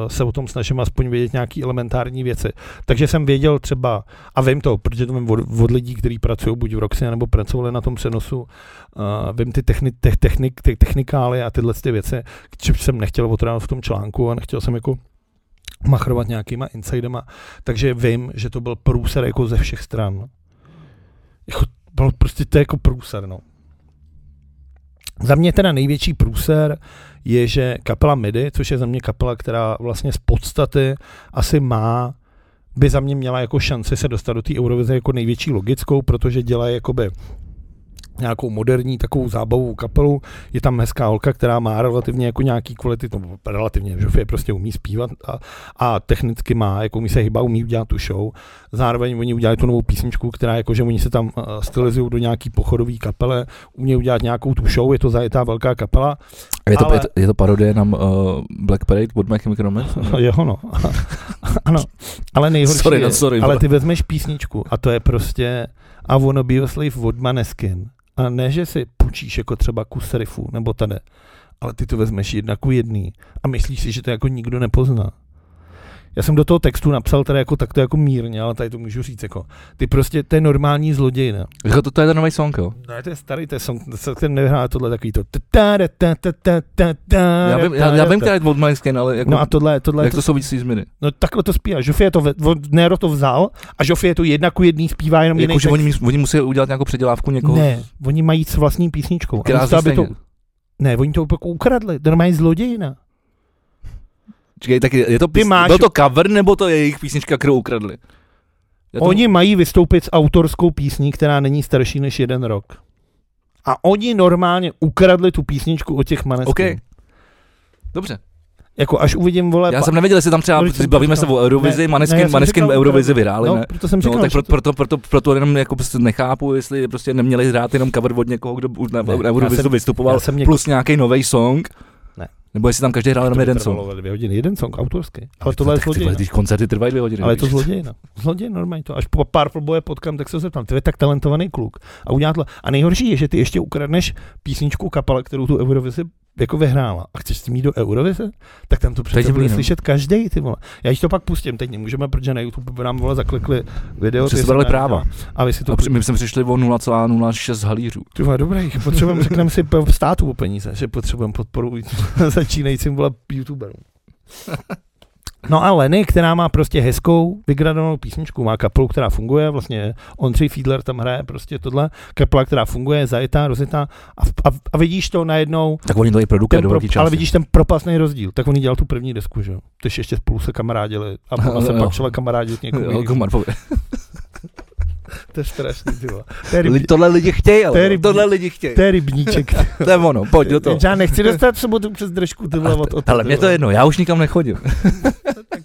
Speaker 2: se o tom snažím aspoň vědět nějaké elementární věci. Takže jsem věděl třeba, a vím to, protože to vím od, od lidí, kteří pracují buď v Roxy, nebo pracovali na tom přenosu, Uh, vím ty techni, te, technik, ty technikály a tyhle ty věci, což jsem nechtěl otrát v tom článku a nechtěl jsem jako machrovat nějakýma insidema, takže vím, že to byl průser jako ze všech stran. Jako, byl prostě to je jako průser, no. Za mě teda největší průser je, že kapela MIDI, což je za mě kapela, která vlastně z podstaty asi má, by za mě měla jako šanci se dostat do té Eurovize jako největší logickou, protože dělá jakoby nějakou moderní takovou zábavovou kapelu. Je tam hezká holka, která má relativně jako nějaký kvality, to relativně, že je prostě umí zpívat a, a, technicky má, jako umí se hýbat, umí udělat tu show. Zároveň oni udělali tu novou písničku, která jako, že oni se tam eh, stylizují do nějaký pochodové kapele, umějí udělat nějakou tu show, je to zajetá velká kapela.
Speaker 1: to,
Speaker 2: ale-
Speaker 1: je, to, je to parodie na uh, Black Parade od Mac Micromax?
Speaker 2: Jeho no. ano. Ale nejhorší
Speaker 1: Sorry,
Speaker 2: je,
Speaker 1: no sorry,
Speaker 2: ale
Speaker 1: vole.
Speaker 2: ty vezmeš písničku a to je prostě I wanna be a slave od Maneskin. A ne, že si půjčíš jako třeba kus riffu nebo tady, ale ty to vezmeš jedna ku jedný a myslíš si, že to jako nikdo nepozná. Já jsem do toho textu napsal tady jako takto jako mírně, ale tady to můžu říct jako, ty prostě, to je normální zlodějna.
Speaker 1: Jako to, to je ten nový song, jo?
Speaker 2: Ne, to je starý, to je song, to nevyhrá tohle takový to. ta-ta-ta-ta-ta-ta-ta-ta-ta.
Speaker 1: Já vím, já, já vím která je od Maneskin, ale jako,
Speaker 2: No a tohle, tohle,
Speaker 1: jak to souvisí s miny?
Speaker 2: No takhle to zpívá. Žofie to, ve- od- Nero to vzal a Žofie to jedna ku jedný zpívá jenom
Speaker 1: Jako,
Speaker 2: jiný
Speaker 1: že
Speaker 2: text.
Speaker 1: oni, mus- oni musí udělat nějakou předělávku někoho,
Speaker 2: Ne, oni mají s vlastní písničkou. A
Speaker 1: která
Speaker 2: místo, aby to,
Speaker 1: to...
Speaker 2: ne, oni to pak ukradli. To mají zlodějina.
Speaker 1: Čekej, tak je je to, pís...
Speaker 2: máš-
Speaker 1: byl to cover, nebo to je jejich písnička, kterou ukradli? Já to-
Speaker 2: Oni mají vystoupit s autorskou písní, která není starší než jeden rok. A oni normálně ukradli tu písničku od těch maneskin.
Speaker 1: OK. Dobře.
Speaker 2: Jako až uvidím, vole,
Speaker 1: Já
Speaker 2: pa-
Speaker 1: jsem nevěděl, jestli tam třeba,
Speaker 2: No, když jsem
Speaker 1: bavíme
Speaker 2: to
Speaker 1: se
Speaker 2: říkal.
Speaker 1: o Eurovizi,
Speaker 2: Ne,
Speaker 1: Maneskin,
Speaker 2: ne, já jsem
Speaker 1: Maneskin
Speaker 2: říkal,
Speaker 1: Eurovizi
Speaker 2: že-
Speaker 1: vyhráli,
Speaker 2: no,
Speaker 1: ne?
Speaker 2: proto jsem říkal,
Speaker 1: No,
Speaker 2: no,
Speaker 1: tak pro, proto, proto, proto jenom jako prostě nechápu, jestli prostě neměli hrát jenom cover od někoho, kdo už na,
Speaker 2: Ne,
Speaker 1: na
Speaker 2: já
Speaker 1: Eurovizu
Speaker 2: jsem-
Speaker 1: vystupoval,
Speaker 2: já jsem něk-
Speaker 1: plus nějaký nový song.
Speaker 2: Ne.
Speaker 1: Nebo jestli tam každý hrál jenom jeden song.
Speaker 2: Dvě hodiny, jeden song, autorský. Ale tohle je
Speaker 1: Tak ty vole,
Speaker 2: zlodějina.
Speaker 1: Když koncerty trvají dvě hodiny.
Speaker 2: Ale je to
Speaker 1: víš.
Speaker 2: zlodějina. Zlodějina normálně to. Až po pár proboje potkám, tak se ho zeptám. Ty je tak talentovaný kluk. A udělá to. A nejhorší je, že ty ještě ukradneš písničku kapela, kterou tu Eurovizi jako vyhrála. A chceš s tím jít do Eurovize? Tak tam to
Speaker 1: je
Speaker 2: přece
Speaker 1: divný,
Speaker 2: bude
Speaker 1: no.
Speaker 2: slyšet každý, ty vole. Já již to pak pustím, teď nemůžeme, protože na YouTube by nám vole zaklikli video.
Speaker 1: Protože
Speaker 2: ty
Speaker 1: si brali
Speaker 2: jsem nehrál.
Speaker 1: práva.
Speaker 2: A vy si to
Speaker 1: A při- my jsme přišli o 0,06 halířů.
Speaker 2: Ty vole, dobrý, potřebujeme, řekneme si po- státu o peníze, že potřebujeme podporu začínajícím vole youtuberům. No a Lenny, která má prostě hezkou vygradovanou písničku, má kapelu, která funguje, vlastně Ondřej Fiedler tam hraje prostě tohle, kapela, která funguje, zajetá, rozjetá a, v- a, v- a vidíš to najednou,
Speaker 1: Tak oni to i produkují
Speaker 2: ten
Speaker 1: do
Speaker 2: pro,
Speaker 1: velký části.
Speaker 2: ale vidíš ten propasný rozdíl, tak on jí dělal tu první desku, že jo, když ještě spolu se kamarádili a
Speaker 1: Jo,
Speaker 2: ona se
Speaker 1: jo.
Speaker 2: pak šla kamarádit někomu,
Speaker 1: Jo,
Speaker 2: jinému.
Speaker 1: Marfovi.
Speaker 2: to je strašný, ty vole. to je,
Speaker 1: Lidi-
Speaker 2: ryb,
Speaker 1: Tohle lidi chtějí,
Speaker 2: To je
Speaker 1: ale
Speaker 2: rybník.
Speaker 1: tohle lidi chtějí.
Speaker 2: to je rybníček,
Speaker 1: To je ono, pojď do toho.
Speaker 2: Já nechci dostat v sobotu přes držku ty vole od, od
Speaker 1: Ale mě to jedno, já už nikam nechodím.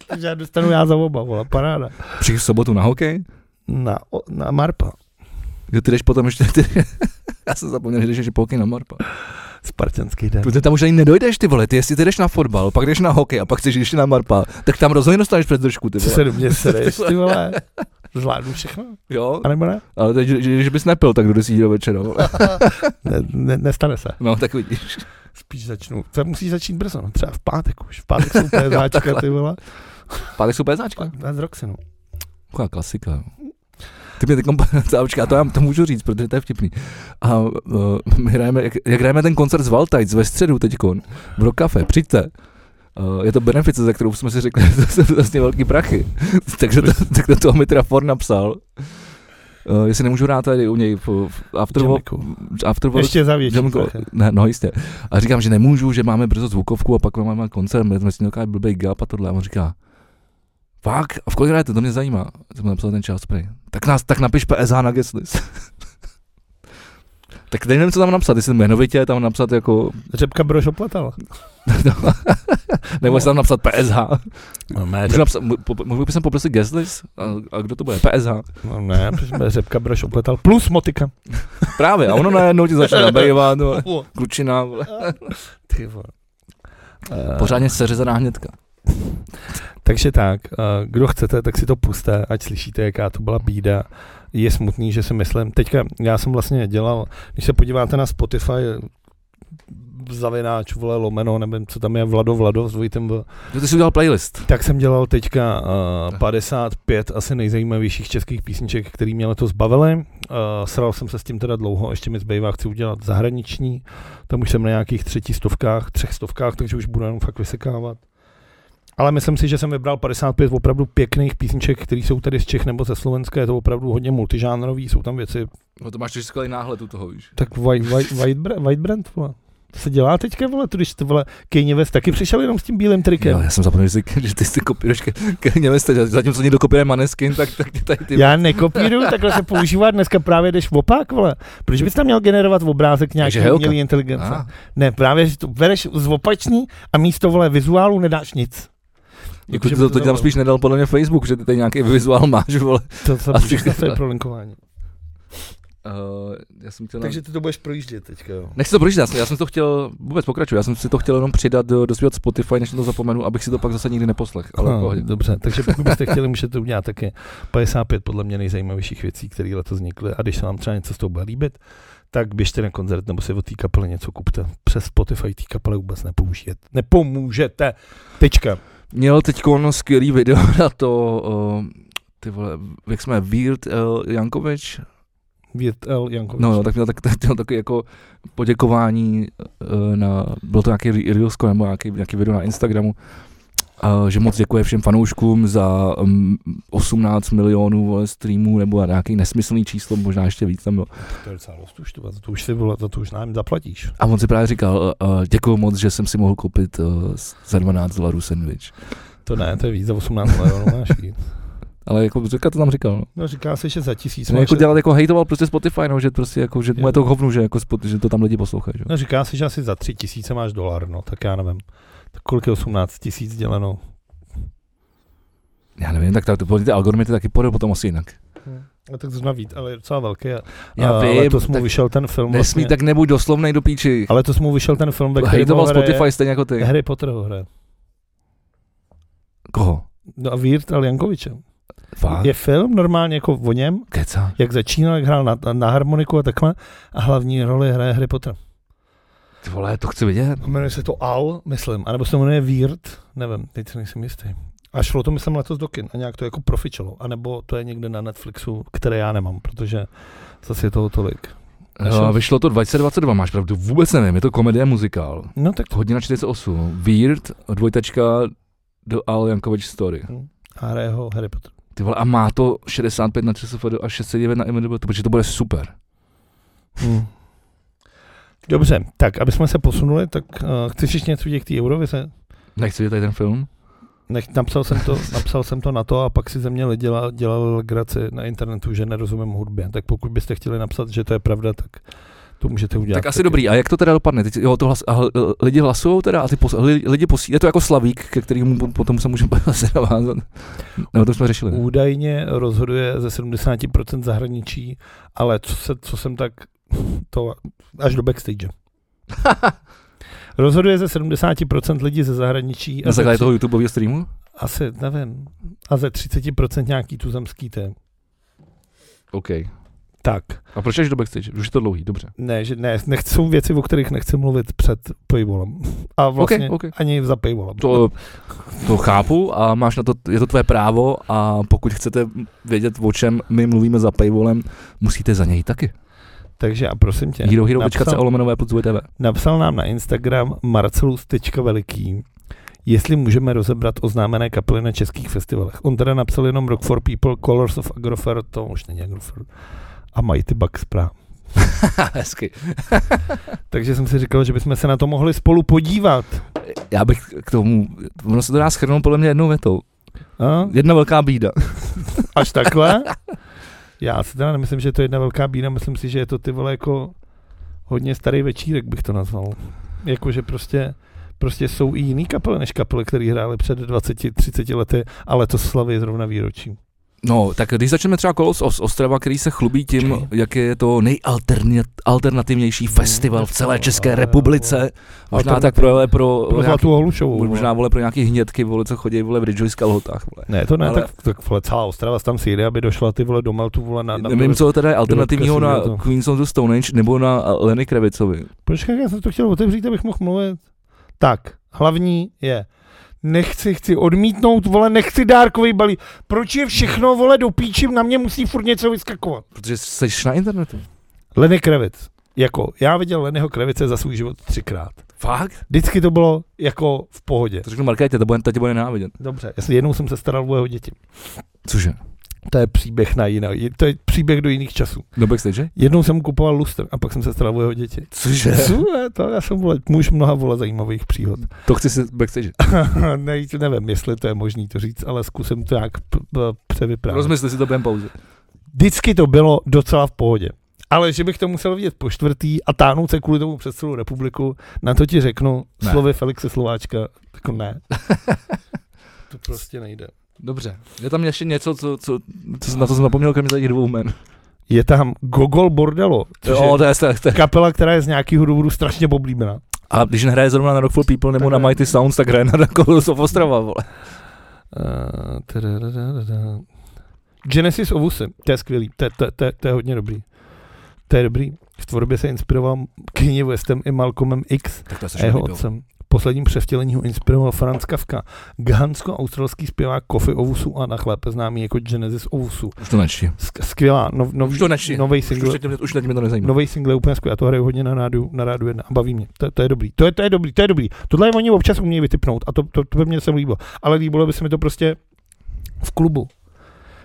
Speaker 2: Takže já dostanu já za oba, vole, paráda.
Speaker 1: Přijdu v sobotu na hokej,
Speaker 2: Na, o- na Marpa.
Speaker 1: jo, ty jdeš potom ještě, ty, já jsem zapomněl, že jdeš ještě po hokej na Marpa.
Speaker 2: Spartanský den.
Speaker 1: Protože tam už ani nedojdeš ty vole, ty jestli ty jdeš na fotbal, pak jdeš na hokej a pak chceš jít ještě na Marpa, tak tam rozhodně dostaneš před držku ty
Speaker 2: Co
Speaker 1: vole.
Speaker 2: se do mě sedeš, ty vole? Zvládnu všechno,
Speaker 1: Jo,
Speaker 2: anebo ne?
Speaker 1: ale teď, že- že, že bys nepil, tak do 10 do večera. vole.
Speaker 2: ne, ne nestane se.
Speaker 1: No, tak vidíš.
Speaker 2: Spíš začnu. To musí začít brzo, no. třeba v pátek už. V pátek jsou úplně
Speaker 1: Jo,
Speaker 2: záčka,
Speaker 1: takhle.
Speaker 2: ty vole.
Speaker 1: Pátek jsou pezáčka.
Speaker 2: Pak z Roxinu.
Speaker 1: Taková klasika. jo. Ty mě teď počkej, já to, já to můžu říct, protože to je vtipný. A uh, my hrajeme, jak, jak hrajeme ten koncert s Valtajc ve středu teďkon, v Rock Cafe, přijďte. Uh, je to benefice, za kterou jsme si řekli, že to jsou vlastně velký prachy. Takže to, tak do toho mi teda Ford napsal. Uh, jestli nemůžu hrát tady u něj v, v Afterwork,
Speaker 2: Jamaiku.
Speaker 1: Afterwork
Speaker 2: Ještě za větší.
Speaker 1: Žemko,
Speaker 2: prachy.
Speaker 1: ne, no jistě. A říkám, že nemůžu, že máme brzo zvukovku a pak máme koncert, my jsme si nějaká blbý gap a tohle. A on říká, fakt? A v kolik hrajete? To mě zajímá. Jsem mu napsal ten čas prej. Tak, nás, tak napiš PSH na guest list. tak teď nevím, co tam napsat, jestli jmenovitě tam napsat jako,
Speaker 2: Řepka Brož oplatal.
Speaker 1: nebo
Speaker 2: No.
Speaker 1: jestli tam napsat PSH.
Speaker 2: No, ne,
Speaker 1: Můžu, napsat, mo- po- mohl bych sem poprosit guest list? A, a, kdo to bude? PSH.
Speaker 2: no, ne, protože Řepka Brož opletal. Plus motika.
Speaker 1: Právě, a ono najednou ti začne nabejovat, no, klučina, vole.
Speaker 2: Ty vole. Eh,
Speaker 1: pořádně seřezaná hnědka.
Speaker 2: Takže tak, eh, kdo chcete, tak si to puste, ať slyšíte, jaká to byla bída. Je smutný, že si myslím, teďka já jsem vlastně dělal, když se podíváte na Spotify, zavináč, vole, lomeno, nevím, co tam je, Vlado, Vlado, s dvojitým V,
Speaker 1: Jo, Ty jsi udělal playlist.
Speaker 2: tak jsem dělal teďka uh, 55 asi nejzajímavějších českých písniček, který mě letos bavily. Uh, sral jsem se s tím teda dlouho, ještě mi zbývá, chci udělat zahraniční. Tam už jsem na nějakých třetí stovkách, třech stovkách, takže už budu jenom fakt vysekávat. Ale myslím si, že jsem vybral 55 opravdu pěkných písniček, které jsou tady z Čech nebo ze Slovenska. Je to opravdu hodně multižánrový, jsou tam věci.
Speaker 1: No to máš totiž skvělý náhled u toho, víš.
Speaker 2: Tak White, white, white, Bra- white Brand, vole. To se dělá teďka, vole, to když to, vole, Kanye West taky přišel jenom s tím bílým trikem.
Speaker 1: Jo, já jsem zapomněl, že, si- že ty si kopíruješ ke- ke Německu, že zatímco někdo kopíruje Maneskin, tak, tak ty tady ty...
Speaker 2: Já nekopíruju, takhle se používá dneska právě jdeš opak, vole. Proč bys tam měl generovat obrázek
Speaker 1: Takže
Speaker 2: nějaké
Speaker 1: Helka.
Speaker 2: umělé inteligence?
Speaker 1: Ah,
Speaker 2: Ne, právě, že to bereš z opačný a místo, vole, vizuálu nedáš nic.
Speaker 1: jako
Speaker 2: Jakože
Speaker 1: to,
Speaker 2: by
Speaker 1: to, to ti tam
Speaker 2: dalo-
Speaker 1: spíš nedal podle mě Facebook, že ty tady nějaký vizuál máš, vole.
Speaker 2: To se
Speaker 1: A
Speaker 2: můžeš
Speaker 1: ty-
Speaker 2: nastavit pro linkování.
Speaker 1: Uh, já jsem chtěl...
Speaker 2: Takže ty to budeš projíždět teďka, jo.
Speaker 1: Nechci to pročítat, já jsem- já jsem to chtěl, vůbec pokračuju, já jsem si to chtěl jenom přidat do, do svého Spotify, než to zapomenu, abych si to pak zase nikdy neposlech, ale
Speaker 2: No,
Speaker 1: pohodě.
Speaker 2: dobře, takže pokud byste chtěli, můžete udělat taky 55 podle mě nejzajímavějších věcí, které letos vznikly. A když se vám třeba něco z toho bude líbit, tak běžte na koncert nebo si od té kapely něco kupte. Přes Spotify té kapely vůbec nepoužijete. Nepomůžete. Tečka.
Speaker 1: Měl teď skvělý video na to, uh, ty vole, jak jsme, Weird uh, Jankovič,
Speaker 2: Vět L. Jankovič.
Speaker 1: No, no, tak měl, tak, tak měl takový jako poděkování eh, na, bylo to nějaký re- Reelsko nebo nějaký, nějaký video na Instagramu, eh, že moc děkuje všem fanouškům za um, 18 milionů vole, streamů nebo nějaký nesmyslný číslo, možná ještě víc tam bylo.
Speaker 2: To je docela dost už, "No, to, to už si bylo, to, to už nám zaplatíš.
Speaker 1: A on si právě říkal, uh, děkuji moc, že jsem si mohl koupit eh, za 12 dolarů sandwich.
Speaker 2: To ne, to je víc, za 18 milionů máš víc.
Speaker 1: Ale jako říká to tam říkal. No.
Speaker 2: No říká se, že za tisíc
Speaker 1: Jsme
Speaker 2: máš,
Speaker 1: jako dělal, jako hejtoval prostě Spotify, no, že prostě jako, že mu je to k hovnu, že, jako, spot- že to tam lidi poslouchají. Že?
Speaker 2: no, říká se, že asi za tři tisíce máš dolar, no, tak já nevím. Tak kolik je 18 tisíc děleno?
Speaker 1: Já nevím, tak to, to, ty algoritmy to taky půjdou potom asi jinak.
Speaker 2: No, tak zrovna víc, ale je docela velký. A,
Speaker 1: Já
Speaker 2: a
Speaker 1: vím,
Speaker 2: letos mu
Speaker 1: tak
Speaker 2: vyšel ten film.
Speaker 1: Nesmí,
Speaker 2: vlastně,
Speaker 1: tak nebuď doslovnej do píči.
Speaker 2: Ale letos mu vyšel ten film, ve kterém
Speaker 1: Hejtoval
Speaker 2: ho hraje
Speaker 1: Spotify stejně jako ty.
Speaker 2: Harry Potter ho hraje.
Speaker 1: Koho?
Speaker 2: No a Vírt Al Jankovičem.
Speaker 1: Fakt?
Speaker 2: Je film normálně jako o něm,
Speaker 1: Keca.
Speaker 2: jak začínal, jak hrál na, na harmoniku a takhle. A hlavní roli hraje Harry Potter.
Speaker 1: Ty vole, to chci vidět.
Speaker 2: Jmenuje se to Al, myslím, anebo se jmenuje Weird, nevím, teď se nejsem jistý. A šlo to, myslím, letos do kin a nějak to jako profičelo. A nebo to je někde na Netflixu, které já nemám, protože zase je toho tolik. Našel
Speaker 1: No,
Speaker 2: jsem.
Speaker 1: vyšlo to 2022, máš pravdu, vůbec nevím, je to komedie muzikál.
Speaker 2: No tak to
Speaker 1: Hodina 48, Weird, dvojtečka do Al Jankovič Story.
Speaker 2: a hraje ho Harry Potter.
Speaker 1: Ty vole, a má to 65 na ČSFD a 609 na IMDb, to- protože to bude super.
Speaker 2: Hmm. Dobře, tak aby jsme se posunuli, tak uh, chceš ještě něco vidět k té Eurovize?
Speaker 1: Nechci vidět tady ten film?
Speaker 2: Nech, napsal, jsem to, napsal jsem to na to a pak si ze mě lidi dělal, dělal graci na internetu, že nerozumím hudbě. Tak pokud byste chtěli napsat, že to je pravda, tak to můžete udělat.
Speaker 1: tak asi
Speaker 2: taky.
Speaker 1: dobrý, a jak to teda dopadne? Teď, jo, to hlas, a hl- lidi hlasujou teda a ty pos, li, lidi posí, je to jako slavík, ke kterému po- potom se můžeme zase navázat. Nebo to jsme řešili. ne?
Speaker 2: Údajně rozhoduje ze 70% zahraničí, ale co, se, co jsem tak, to až do backstage. Rozhoduje ze 70% lidí ze zahraničí a
Speaker 1: Na
Speaker 2: ze,
Speaker 1: základě
Speaker 2: tři-
Speaker 1: toho YouTubeového streamu?
Speaker 2: asi, nevím, a ze 30% nějaký tuzemský tém.
Speaker 1: OK.
Speaker 2: Tak,
Speaker 1: A proč až do backstage? Už je to dlouhý, dobře.
Speaker 2: ne, že ne, nechci, jsou věci, o kterých nechci mluvit před paywallem. A vlastně
Speaker 1: OK, OK.
Speaker 2: ani za paywallem.
Speaker 1: To, to chápu a máš na to, je to tvoje právo a pokud chcete vědět, o čem my mluvíme za paywallem, musíte za něj taky.
Speaker 2: Takže a prosím tě,
Speaker 1: Hero Hero
Speaker 2: napsal-
Speaker 1: se olomenové pod TV.
Speaker 2: Napsal nám na Instagram marcelus.veliký, jestli můžeme rozebrat oznámené kapely na českých festivalech. On teda napsal jenom Rock for People, Colors of Agrofert, to už není Agrofert, a Mighty Bucks Prá.
Speaker 1: Hezky.
Speaker 2: Takže jsem si říkal, že bychom se na to mohli spolu podívat.
Speaker 1: Já bych k tomu, ono se to dá schrnout podle mě jednou větou.
Speaker 2: A?
Speaker 1: Jedna velká bída.
Speaker 2: Až takhle? Já si teda nemyslím, že je to jedna velká bída, myslím si, že je to ty vole jako hodně starý večírek bych to nazval. Jakože prostě, prostě jsou i jiný kapely než kapely, které hrály před 20-30 lety, ale to slaví zrovna výročí.
Speaker 1: No, tak když začneme třeba Kolos z Ostrava, který se chlubí tím,
Speaker 2: Počkej.
Speaker 1: jak je to nejalternativnější
Speaker 2: Mm,
Speaker 1: festival v celé
Speaker 2: festival,
Speaker 1: České
Speaker 2: jo,
Speaker 1: republice.
Speaker 2: jo.
Speaker 1: Možná tak pro, pro,
Speaker 2: Pro
Speaker 1: nějaký-
Speaker 2: Zlatou Holušovou. vole.
Speaker 1: možná vole pro nějaký hnědky, vole, co chodí vole v Ridgeway skalhotách. Vole.
Speaker 2: Ne, to ne,
Speaker 1: ale-
Speaker 2: ale... tak, tak vole, celá Ostrava tam si jde, aby došla ty vole do Meltu, vole na... na
Speaker 1: Nevím, co teda je alternativního na
Speaker 2: Dodatky jsou, jo, to.
Speaker 1: Queens of the Stone Age nebo na Leny Kravicovi.
Speaker 2: Počkej, já jsem to chtěl otevřít, abych mohl mluvit. Tak, hlavní je, nechci, chci odmítnout, vole, nechci dárkový balí. Proč je všechno, vole, do píči, na mě musí furt něco vyskakovat.
Speaker 1: Protože seš na internetu.
Speaker 2: Lenny Kravitz. Jako, já viděl Lennyho Kravice za svůj život třikrát.
Speaker 1: Fakt?
Speaker 2: Vždycky to bylo jako v pohodě.
Speaker 1: To řeknu Markétě, to bude, ta tě bude nenávidět.
Speaker 2: Dobře, já jsem, jednou jsem se staral o jeho děti.
Speaker 1: Cože?
Speaker 2: To je příběh na jiný, to je příběh do jiných časů.
Speaker 1: Do backstage?
Speaker 2: Jednou jsem mu kupoval lustr a pak jsem se staral o jeho děti.
Speaker 1: Cože?
Speaker 2: Zůle, to já jsem vole, muž mnoha vole zajímavých příhod.
Speaker 1: To chci si backstage.
Speaker 2: ne, nevím, jestli to je možný to říct, ale zkusím to nějak p- p- převyprávět.
Speaker 1: Rozmysli si to během pauzy.
Speaker 2: Vždycky to bylo docela v pohodě. Ale že bych to musel vidět po čtvrtý a táhnout se kvůli tomu přes celou republiku, na to ti řeknu
Speaker 1: Ne.
Speaker 2: ne. slovy Felixe Slováčka, jako ne. to prostě nejde.
Speaker 1: Dobře. Je tam ještě něco, co, co, co na co jsem zapomněl, kromě těch dvou jmen.
Speaker 2: Je tam Gogol Bordelo, což
Speaker 1: Jo,
Speaker 2: je
Speaker 1: to je, to je, to je.
Speaker 2: kapela, která je z nějakého důvodu strašně oblíbená.
Speaker 1: A když hraje zrovna na Rock for People nebo na
Speaker 2: Tak-
Speaker 1: Mighty Sounds, tak hraje na Kolos of Ostrava, vole.
Speaker 2: Eh, tadadadadada. Eh, Genesis Ovusy, to je skvělý, to, je- to, je- to, je- to je hodně dobrý. To je dobrý. V tvorbě se inspiroval Kanye Westem i Malcolmem X
Speaker 1: Tak to je
Speaker 2: a jeho otcem. V posledním převtělení ho inspiroval Franz Kafka, ghansko-australský zpěvák Kofi Ovusu a na chlépe známý jako Genesis Ovusu.
Speaker 1: Už to nečti.
Speaker 2: Sk- Skvělá, no, no,
Speaker 1: Už to načti.
Speaker 2: nový
Speaker 1: Už,
Speaker 2: single.
Speaker 1: teď- už teď mě to nezajímá.
Speaker 2: Nový single je úplně skvělý, já to hraju hodně na rádiu, na rádiu 1 a baví mě. To, to, je dobrý, to je, to je dobrý, to je dobrý. Tohle je oni občas umějí vytypnout a to, to, to by mě se líbilo. Ale líbilo by se mi to prostě v klubu.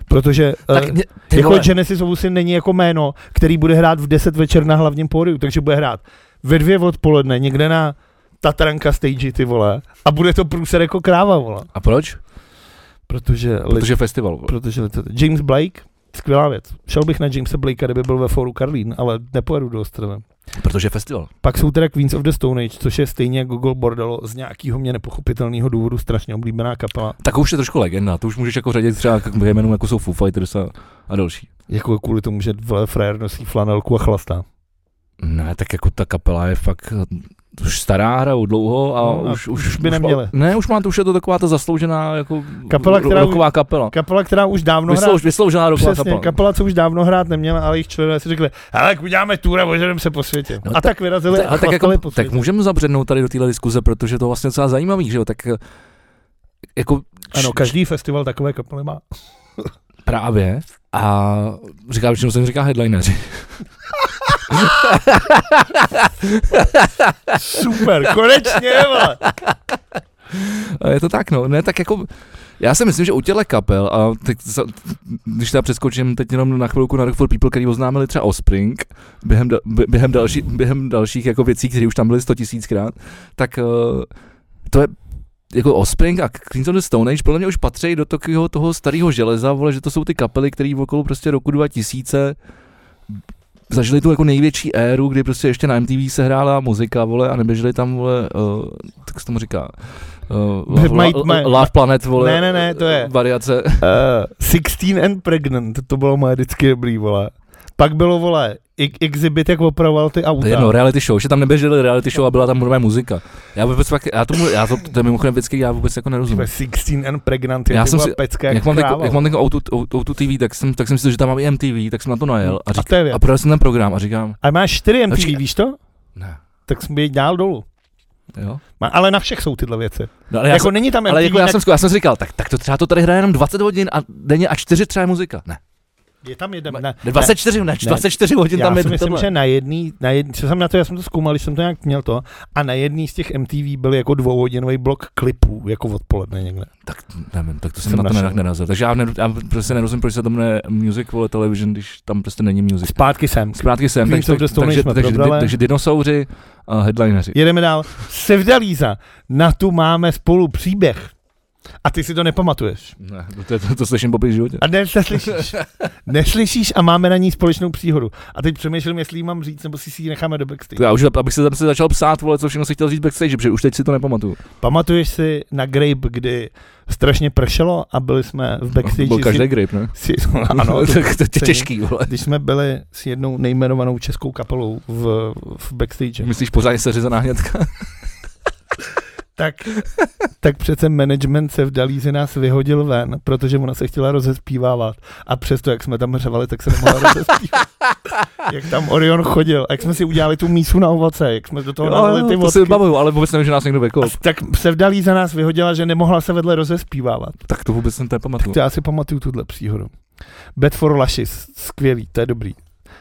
Speaker 2: Protože
Speaker 1: Tak
Speaker 2: eh,
Speaker 1: mě, ty
Speaker 2: jako
Speaker 1: vole,
Speaker 2: Genesis Ovusy není jako jméno, který bude hrát v 10 večer na hlavním pódiu, takže bude hrát ve dvě odpoledne někde na Tatranka stage, ty vole. A bude to průser jako kráva, vole.
Speaker 1: a proč?
Speaker 2: Protože, protože,
Speaker 1: Protože festival. Vole.
Speaker 2: protože lid- James Blake, skvělá věc. Šel bych na Jamesa Blakea, kdyby byl ve foru Karlín, ale nepojedu do Ostravy.
Speaker 1: Protože festival.
Speaker 2: Pak jsou teda Queens of the Stone Age, což je stejně jako Gogol Bordello, z nějakého mě nepochopitelného důvodu strašně oblíbená kapela.
Speaker 1: Tak už je trošku legenda, to už můžeš jako řadit třeba k jménům, jako jsou Foo Fighters a, a další.
Speaker 2: Jako kvůli tomu, že vle frajer nosí flanelku a chlastá.
Speaker 1: Ne, tak jako ta kapela je fakt už stará, hrajou dlouho a,
Speaker 2: No a
Speaker 1: už, už,
Speaker 2: už by
Speaker 1: už
Speaker 2: neměli.
Speaker 1: Má, ne, už má to, už je to taková ta zasloužená jako
Speaker 2: Kapela, která už-
Speaker 1: roková kapela.
Speaker 2: Kapela, která už dávno hrá...
Speaker 1: Vyslouž, vysloužená roková
Speaker 2: Přesně,
Speaker 1: kapela.
Speaker 2: kapela, co už dávno hrát neměla, ale jejich členové si řekli, hele, tak uděláme tour a ožerem se po světě.
Speaker 1: No
Speaker 2: No,
Speaker 1: ta-
Speaker 2: a tak vyrazili
Speaker 1: Tak,
Speaker 2: a
Speaker 1: ale tak, jako,
Speaker 2: po
Speaker 1: tak
Speaker 2: světě.
Speaker 1: můžeme zabřednout tady do téhle diskuze, protože to je vlastně docela zajímavý, že jo, tak eh, jako
Speaker 2: Ano, každý festival takové kapely má.
Speaker 1: Právě. A říká, většinou se jim říká headlineři.
Speaker 2: Super, konečně, vole.
Speaker 1: A Je to tak, no. Ne, tak jako, já si myslím, že u těle kapel, a teď, za- když teda přeskočím teď jenom na chvilku na Rock for People, který oznámili třeba Offspring, během, da- bě- během, další, během dalších jako věcí, které už tam byly 100 tisíckrát, tak eh, to je jako Offspring a Queens of the Stone Age podle mě už patří do takového toho starého železa, vole, že to jsou ty kapely, které okolo prostě roku 2000 zažili tu jako největší éru, kdy prostě ještě na MTV se hrála muzika, vole, a neběželi tam, vole, uh, tak se tomu říká, uh,
Speaker 2: Mají-
Speaker 1: Love,
Speaker 2: mají-
Speaker 1: Love, Love Planet, vole.
Speaker 2: Ne, ne, ne, to je-
Speaker 1: Variace. Eh.
Speaker 2: Uh, 16 and Pregnant, to bylo moje vždycky dobrý, vole. Pak bylo, vole, ex- Exhibit, jak opravoval ty
Speaker 1: To
Speaker 2: auta.
Speaker 1: je jedno, reality show, že tam neběželi reality show a byla tam hudba muzika. Já vůbec pak, já tomu, já to, to je mimochodem věc, který já vůbec jako nerozumím.
Speaker 2: Tyhle 16 and Pregnant, je
Speaker 1: Já
Speaker 2: ty
Speaker 1: jsem
Speaker 2: vole,
Speaker 1: si-
Speaker 2: pecka
Speaker 1: Jak,
Speaker 2: jak,
Speaker 1: mám,
Speaker 2: kráva.
Speaker 1: jako, jak mám jako O2, O2 TV, tak jsem, tak jsem si to, že tam mám i MTV, tak jsem na to najel a, řík,
Speaker 2: to je
Speaker 1: a,
Speaker 2: věc.
Speaker 1: a projel jsem ten program a říkám,
Speaker 2: A máš 4 MTV,
Speaker 1: Počkej.
Speaker 2: víš to?
Speaker 1: ne,
Speaker 2: Tak jsme jej dál dolů.
Speaker 1: jo.
Speaker 2: Má, ale na všech jsou tyhle věci.
Speaker 1: No, ale já
Speaker 2: jako
Speaker 1: jsem,
Speaker 2: není tam MTV,
Speaker 1: ale jako já
Speaker 2: tak
Speaker 1: jsem, já jsem si říkal, tak, tak to třeba to tady hraje jenom 20 hodin a denně a 4 třeba je muzika. Ne,
Speaker 2: je tam jeden.
Speaker 1: ne,
Speaker 2: Ne,
Speaker 1: ne 24, ne, 24 hodin
Speaker 2: já
Speaker 1: tam je
Speaker 2: si myslím,
Speaker 1: tohle.
Speaker 2: že na jedný, na jedný, co jsem na to, já jsem to zkoumal, když jsem to nějak měl to, a na jedný z těch MTV byl jako dvouhodinový blok klipů, jako odpoledne někde.
Speaker 1: Tak nevím, tak to jsem,
Speaker 2: Jsem
Speaker 1: na to
Speaker 2: našel.
Speaker 1: nějak nenarazil. Takže já, ne, já prostě nerozumím, proč se tam ne music vole television, když tam prostě není music.
Speaker 2: Zpátky sem.
Speaker 1: Zpátky jsem,
Speaker 2: Queens
Speaker 1: takže,
Speaker 2: of the
Speaker 1: takže,
Speaker 2: Stone Age
Speaker 1: takže,
Speaker 2: jsme
Speaker 1: takže, di-
Speaker 2: probrali.
Speaker 1: takže dinosauři a headlineři.
Speaker 2: Jedeme dál. Sevdalíza, na tu máme spolu příběh. A ty si to nepamatuješ.
Speaker 1: Ne, to, to, to slyším poprvé v životě.
Speaker 2: A dnes se slyšíš. Neslyšíš a máme na ní společnou příhodu. A teď přemýšlím, jestli ji mám říct, nebo si si ji necháme do backstage.
Speaker 1: Já už, abych se tam se začal psát, vole, co všechno si chtěl říct backstage, protože už teď si to nepamatuju.
Speaker 2: Pamatuješ si na Grape, kdy strašně pršelo a byli jsme v backstage.
Speaker 1: to byl
Speaker 2: si-
Speaker 1: každý grip, ne?
Speaker 2: si, ano, to,
Speaker 1: tak to je
Speaker 2: to-
Speaker 1: těžký, vole.
Speaker 2: když jsme byli s jednou nejmenovanou českou kapelou v, v backstage,
Speaker 1: Myslíš pořádně seřezaná hnědka?
Speaker 2: tak, tak přece management se v Dalízi nás vyhodil ven, protože ona se chtěla rozespívávat. A přesto, jak jsme tam hřevali, tak se nemohla rozespívat. jak tam Orion chodil, a jak jsme si udělali tu mísu na ovoce, jak jsme do toho nalili ty
Speaker 1: to si
Speaker 2: vodky.
Speaker 1: vybavuju, ale vůbec nevím, že nás někdo
Speaker 2: A
Speaker 1: vykol.
Speaker 2: s- tak se v Dalíze nás vyhodila, že nemohla se vedle rozespívávat.
Speaker 1: Tak to vůbec jsem to nepamatuju.
Speaker 2: Tak to já si pamatuju tuhle příhodu. Bed for Lashes, skvělý, to je dobrý.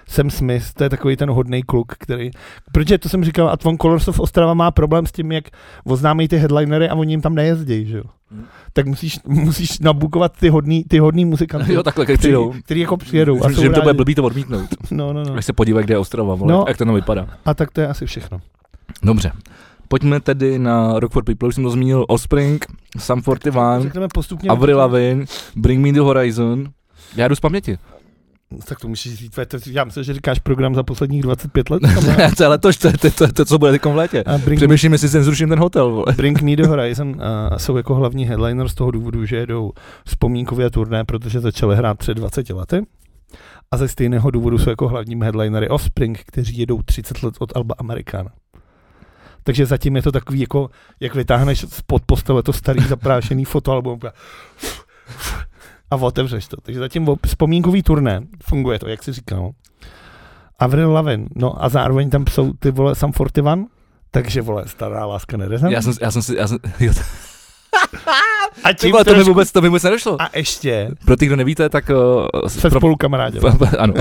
Speaker 2: Sam Smith, to je takový ten hodný kluk, který... Protože to jsem říkal, a Tvon Colors of Ostrava má problém s tím, jak oznámí ty headlinery a oni jim tam nejezdí, že jo?
Speaker 1: Hmm.
Speaker 2: Tak musíš, musíš nabukovat ty hodný, ty hodný muzikanty,
Speaker 1: Jo, takhle, když
Speaker 2: který,
Speaker 1: přijdou.
Speaker 2: který, jako přijedou a
Speaker 1: Myslím,
Speaker 2: jsou
Speaker 1: Že jim to bude
Speaker 2: rádi.
Speaker 1: blbý to odmítnout.
Speaker 2: No, no, no.
Speaker 1: Když se podívají, kde je Ostrava, vole,
Speaker 2: No.
Speaker 1: jak to tam vypadá.
Speaker 2: A tak to je asi všechno.
Speaker 1: Dobře. Pojďme tedy na Rock for People, už jsem to zmínil, Offspring, Sam 41,
Speaker 2: Řekneme postupně...
Speaker 1: Avril Lavigne, Bring Me The Horizon. Já jdu z paměti.
Speaker 2: Tak to musíš říct, to, já myslím, že říkáš program za posledních 25 let.
Speaker 1: to je letoš, to je to, to, to, co bude teď v létě.
Speaker 2: A bring, me-
Speaker 1: Přemýšlím, jestli jsem zruším ten hotel, vole.
Speaker 2: Bring Me The Horizon uh, jsou jako hlavní headliner z toho důvodu, že jedou vzpomínkově turné, protože začaly hrát před 20 lety. A ze stejného důvodu jsou jako hlavním headlinery Offspring, kteří jedou 30 let od Alba Americana. Takže zatím je to takový jako, jak vytáhneš spod postele to starý zaprášený fotoalbum a- a otevřeš to. Takže zatím o- vzpomínkový turné, funguje to, jak si říkal. Avril Lavigne, no a zároveň tam jsou ty vole Sam 41, takže vole, stará láska nerezem.
Speaker 1: Já jsem, já jsem si, já jsem, jo,
Speaker 2: A
Speaker 1: ty
Speaker 2: tím
Speaker 1: vole, to mi
Speaker 2: trošku-
Speaker 1: vůbec, to mi vůbec nedošlo.
Speaker 2: A ještě
Speaker 1: Pro ty, kdo nevíte, tak uh,
Speaker 2: se
Speaker 1: pro,
Speaker 2: spolu kamarádi.
Speaker 1: ano,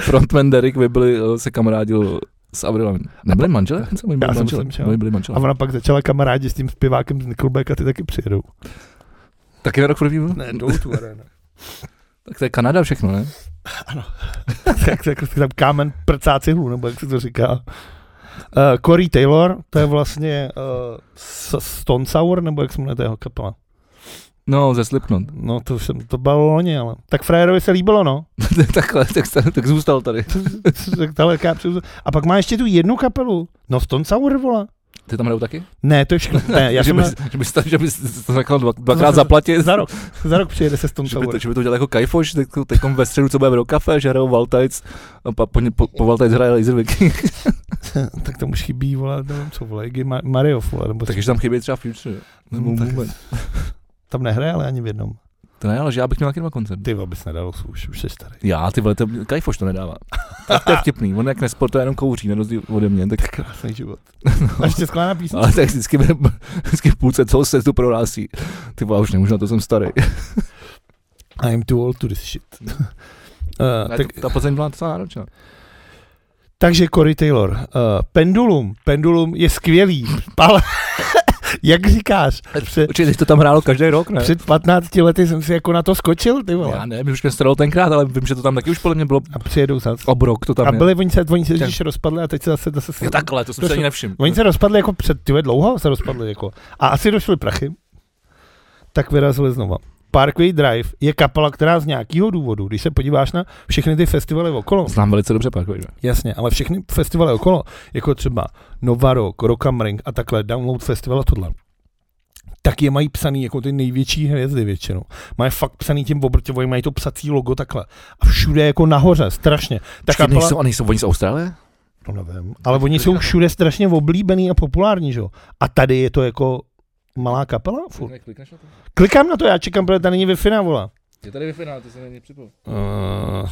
Speaker 1: frontman Derek Vibli uh, se kamarádil s Abrilem. Nebyli manželé? Oni byli
Speaker 2: Já si
Speaker 1: manželé.
Speaker 2: myslím, že jo.
Speaker 1: Oni byli
Speaker 2: A
Speaker 1: manželé.
Speaker 2: ona pak začala kamarádi s tím zpěvákem z Nickelback a ty taky přijedou.
Speaker 1: Taky na rok první? byl?
Speaker 2: jdou tu arena.
Speaker 1: Tak to je Kanada všechno, ne?
Speaker 2: tak, tak, tak tam kámen prcá cihlu, nebo jak se to říká. Uh, Corey eh, Taylor, to je vlastně uh, S- Stone Sour, nebo jak se jmenuje ta jeho kapela.
Speaker 1: No, ze Slipknot.
Speaker 2: No to jsem to bavilo loni, ale. Tak frajerovi se líbilo, no.
Speaker 1: Takhle, tak, se- tak zůstal tady.
Speaker 2: Tak tahle kapsu- A pak má ještě tu jednu kapelu. No Stone Sour, vole.
Speaker 1: Ty tam hrajou taky?
Speaker 2: Ne, to je všechno. Ne, já
Speaker 1: že,
Speaker 2: jsem
Speaker 1: bys, že, bys, to- že bys to takhle dva, dvakrát
Speaker 2: No,
Speaker 1: zaplatil.
Speaker 2: za rok, za rok přijede se Stone
Speaker 1: Že by, to,
Speaker 2: Sour.
Speaker 1: že by to dělal jako kajfoš, tak teď ve středu, co bude v Rokafe, že hrajou Valtajc, a pa, po, ně- po, po Valtajc hraje Laser Viking.
Speaker 2: tak tam už chybí, vole, nevím co, vole, Iggy Ma- Mario, vole, nebo
Speaker 1: No, Takže tam chybí třeba Future. Nebo
Speaker 2: No, tak-
Speaker 1: Movement.
Speaker 2: tam nehraje, ale ani v jednom.
Speaker 1: To ne, ale že já bych měl taky dva koncert.
Speaker 2: Ty abys nedal už, už jsi starý.
Speaker 1: Já, ty vole, to, kajfoš to nedává. Tak to je vtipný, on jak nesportuje, jenom kouří, na rozdíl ode mě, tak
Speaker 2: Krásný život. A ještě skládá písnička.
Speaker 1: Ale tak vždycky, vždycky v půlce celou se tu prohlásí. Ty vole, už nemůžu, na to jsem starý.
Speaker 2: I'm too old to this shit. Uh,
Speaker 1: Ne,
Speaker 2: tak,
Speaker 1: ta Plzeň byla docela náročná.
Speaker 2: takže Cory Taylor. Uh, pendulum. Pendulum je skvělý, ale jak říkáš, před,
Speaker 1: Určitě teď to tam hrálo každý rok, ne? No,
Speaker 2: před 15 lety jsem si jako na to skočil, ty
Speaker 1: Já
Speaker 2: vole.
Speaker 1: ne, mě už staralo tenkrát, ale vím, že to tam taky už podle mě bylo
Speaker 2: A přijedou zase.
Speaker 1: obrok, to tam
Speaker 2: A
Speaker 1: je.
Speaker 2: byli, oni se, oni se když rozpadli a teď se zase, zase
Speaker 1: Jo, takhle, to jsem
Speaker 2: To
Speaker 1: se ani
Speaker 2: jsou-
Speaker 1: nevšiml.
Speaker 2: Oni se rozpadli jako před, ty vole, dlouho se rozpadli jako. A asi došly prachy, tak vyrazili znova. Parkway Drive je kapela, která z nějakého důvodu, když se podíváš na všechny ty festivaly okolo,
Speaker 1: Znám velice dobře Parkway. že?
Speaker 2: jasně, ale všechny festivaly okolo, jako třeba Novarok, Rock am Ring a takhle, Download Festival a tohle, tak je mají psaný jako ty největší hvězdy většinou. Mají fakt psaný tím obrtěvoj, mají to psací logo takhle. A všude jako nahoře, strašně. Ta
Speaker 1: Počkej, nejsou, a nejsou, oni z Austrálie?
Speaker 2: to nevím. Ale oni jsou všude strašně oblíbený a populární, že jo? A tady je to jako malá kapela? Furt. Klikám na to, já čekám, protože tady není Wi-Fi na vola.
Speaker 1: Je tady vyfinál, to se není připomněl.
Speaker 2: Uh,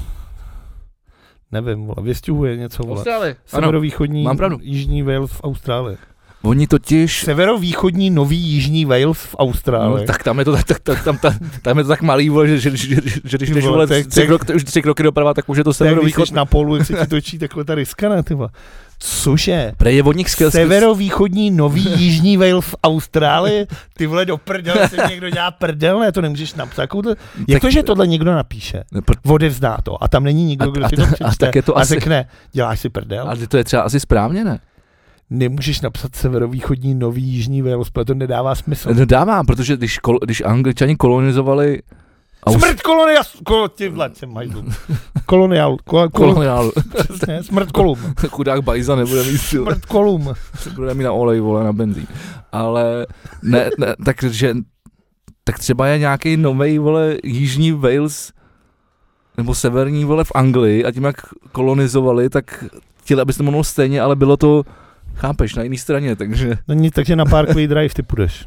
Speaker 2: nevím, vole, vystěhuje něco, vole.
Speaker 1: Austrálie. Ano,
Speaker 2: Severovýchodní
Speaker 1: mám pravdu.
Speaker 2: Jižní Wales v Austrálii.
Speaker 1: oni totiž...
Speaker 2: Severovýchodní Nový Jižní Wales v Austrálii.
Speaker 1: No, tak tam je to tak, tak, tak tam, tam, tam, je to tak malý, vole, že, že, že, že, že když
Speaker 2: Ty
Speaker 1: jdeš
Speaker 2: vole,
Speaker 1: vole,
Speaker 2: to je-
Speaker 1: tři, krok, už tři kroky doprava, tak už je to
Speaker 2: to je, jak když
Speaker 1: severovýchod.
Speaker 2: jsi na polu, jak se ti točí takhle ta ryska, ne, ty vole. Cože?
Speaker 1: Prej je od nich skvěl,
Speaker 2: Severovýchodní Nový Jižní Wales v Austrálii. Ty vole do prdele, se někdo dělá prdel, ne, to nemůžeš napsat. Jakou to, jak to, že tohle někdo napíše?
Speaker 1: Pr-
Speaker 2: Odevzdá to a tam není nikdo,
Speaker 1: A-
Speaker 2: kdo
Speaker 1: a
Speaker 2: si to
Speaker 1: ta- a
Speaker 2: přečte a,
Speaker 1: tak je to asi-
Speaker 2: řekne, děláš si prdel.
Speaker 1: ale to je třeba asi správně, ne?
Speaker 2: Nemůžeš napsat severovýchodní Nový Jižní Wales, protože to nedává smysl.
Speaker 1: No dávám, protože když, kol, když angličani kolonizovali Aus-
Speaker 2: Smrt kolonia, kol, ty vole, jsem hajzl. Koloniál, kol, kol,
Speaker 1: koloniálu,
Speaker 2: přesně, smrt kolum,
Speaker 1: chudák Bajza nebude mít síl.
Speaker 2: smrt kolum.
Speaker 1: bude mít na olej, vole, na benzín. Ale ne, ne takže tak třeba je nějaký nový vole, jižní Wales nebo severní vole v Anglii a tím, jak kolonizovali, tak chtěli, aby se to jmenovalo stejně, ale bylo to, chápeš, na jiné straně, takže
Speaker 2: No nic, takže na Parkway Drive ty půjdeš.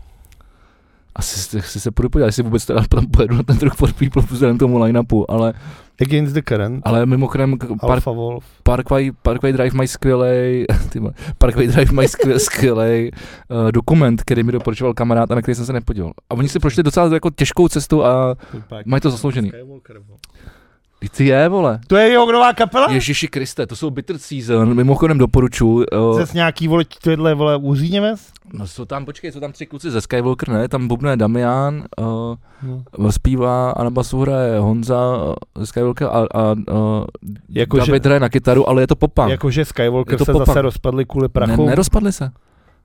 Speaker 1: asi, asi se půjdu podívat, jestli vůbec teda tam pojedu na ten Rock for People vzhledem k tomu line-upu, ale,
Speaker 2: Against the Current,
Speaker 1: ale mimochodem k- par,
Speaker 2: Alpha Wolf.
Speaker 1: Parkway, Parkway Drive mají skvělej, ty vole, Parkway Drive mají skvělej, skvělej uh, dokument, který mi doporučoval kamarád a na který jsem se nepodíval. A oni si prošli docela jako těžkou cestu a mají to zasloužený. Ty Ty je, vole.
Speaker 2: To je jeho nová kapela?
Speaker 1: Ježíši Kriste, to jsou Bitter Season, mimochodem doporučuji. Uh,
Speaker 2: Zas nějaký, vole, tohle, vole, uříněmes?
Speaker 1: no jsou tam, počkej, jsou tam tři kluci ze Skywalker, ne? Tam bubne Damian, eh,
Speaker 2: No.
Speaker 1: uh, zpívá a na basu hraje Honza uh, ze Skywalker a, a uh,
Speaker 2: Jako,
Speaker 1: David hraje na kytaru, ale je to popang.
Speaker 2: Jakože
Speaker 1: Je
Speaker 2: Skywalker
Speaker 1: to
Speaker 2: se
Speaker 1: popak.
Speaker 2: zase rozpadli kvůli
Speaker 1: ne,
Speaker 2: prachu.
Speaker 1: nerozpadli se.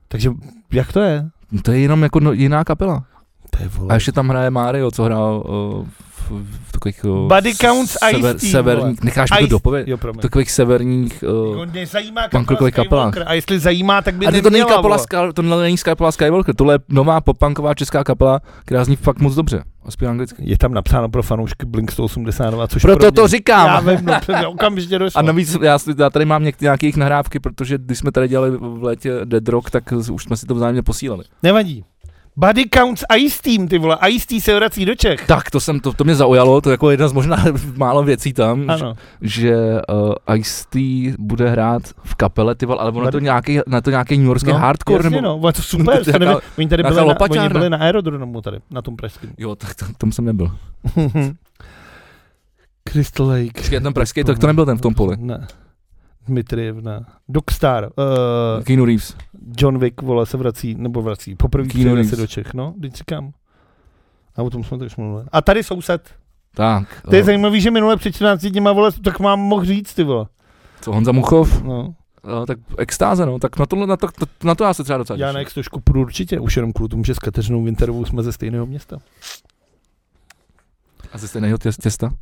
Speaker 2: Takže jak to je?
Speaker 1: To je jenom jako no, jiná kapela.
Speaker 2: To je
Speaker 1: A
Speaker 2: vole.
Speaker 1: ještě tam hraje Mario, co hrál uh, v, v takových... Uh,
Speaker 2: Body counts Ice-T, vole.
Speaker 1: severních, necháš mi to
Speaker 2: Ice-
Speaker 1: dopovědět?
Speaker 2: Jo, promiň.
Speaker 1: Takových severních... Uh,
Speaker 2: On nezajímá
Speaker 1: punkový
Speaker 2: kapela
Speaker 1: kapelách.
Speaker 2: Skywalker. vlastně A jestli zajímá, tak by
Speaker 1: a ty to není
Speaker 2: neměla,
Speaker 1: kapela,
Speaker 2: vole.
Speaker 1: Sky- tohle není kapela Skywalker, tohle je nová popanková česká kapela, která zní fakt moc dobře. A zpívá anglicky.
Speaker 2: Je tam napsáno pro fanoušky Blink 182, což
Speaker 1: Proto
Speaker 2: pro
Speaker 1: to
Speaker 2: mě-
Speaker 1: říkám.
Speaker 2: Já vím, no, přesně, okamžitě došlo.
Speaker 1: a navíc já, si- já tady mám něk- nějaké jejich nahrávky, protože když jsme tady dělali v létě Dead Rock, tak už jsme si to vzájemně posílali.
Speaker 2: Nevadí. Body counts Ice Team, ty vole. Ice Team se vrací do Čech.
Speaker 1: Tak, to, jsem, to, to mě zaujalo, to je jako jedna z možná málo věcí tam,
Speaker 2: Ano.
Speaker 1: že uh, Ice-T bude hrát v kapele, ty vole, ale ono je to nějaký, na to nějaký new yorkský prostě hardcore,
Speaker 2: jasně,
Speaker 1: nebo...
Speaker 2: no, ale to super,
Speaker 1: To je
Speaker 2: to nevím,
Speaker 1: jaká-
Speaker 2: oni tady
Speaker 1: jaká
Speaker 2: byli na, oni
Speaker 1: lopaťárna.
Speaker 2: byli na aerodromu tady, na tom pražském.
Speaker 1: Jo, tak to, tom jsem nebyl.
Speaker 2: Crystal Lake.
Speaker 1: Počkej, ten pražský, tak to nebyl ten v tom poli.
Speaker 2: Ne. Dmitrievna. Dogstar. Uh,
Speaker 1: Keanu Reeves.
Speaker 2: John Wick, vole, se vrací, nebo vrací. Poprvé
Speaker 1: Keanu
Speaker 2: přijede
Speaker 1: Reeves.
Speaker 2: se do Čech, no, teď říkám. A o tom jsme teď mluvili. A tady soused.
Speaker 1: Tak,
Speaker 2: To je
Speaker 1: eh,
Speaker 2: zajímavý, že minule před 14 dníma, vole, tak mám mohl říct, ty vole.
Speaker 1: co Honza Muchov,
Speaker 2: No.
Speaker 1: eh, tak extáze, no, tak na, tohle, na, to, to, na to já se třeba docela
Speaker 2: Já
Speaker 1: těším.
Speaker 2: na X trošku půjdu určitě, už jenom kvůli tomu, že s Kateřinou Winterovou jsme ze stejného města.
Speaker 1: A ze stejného tě- těsta?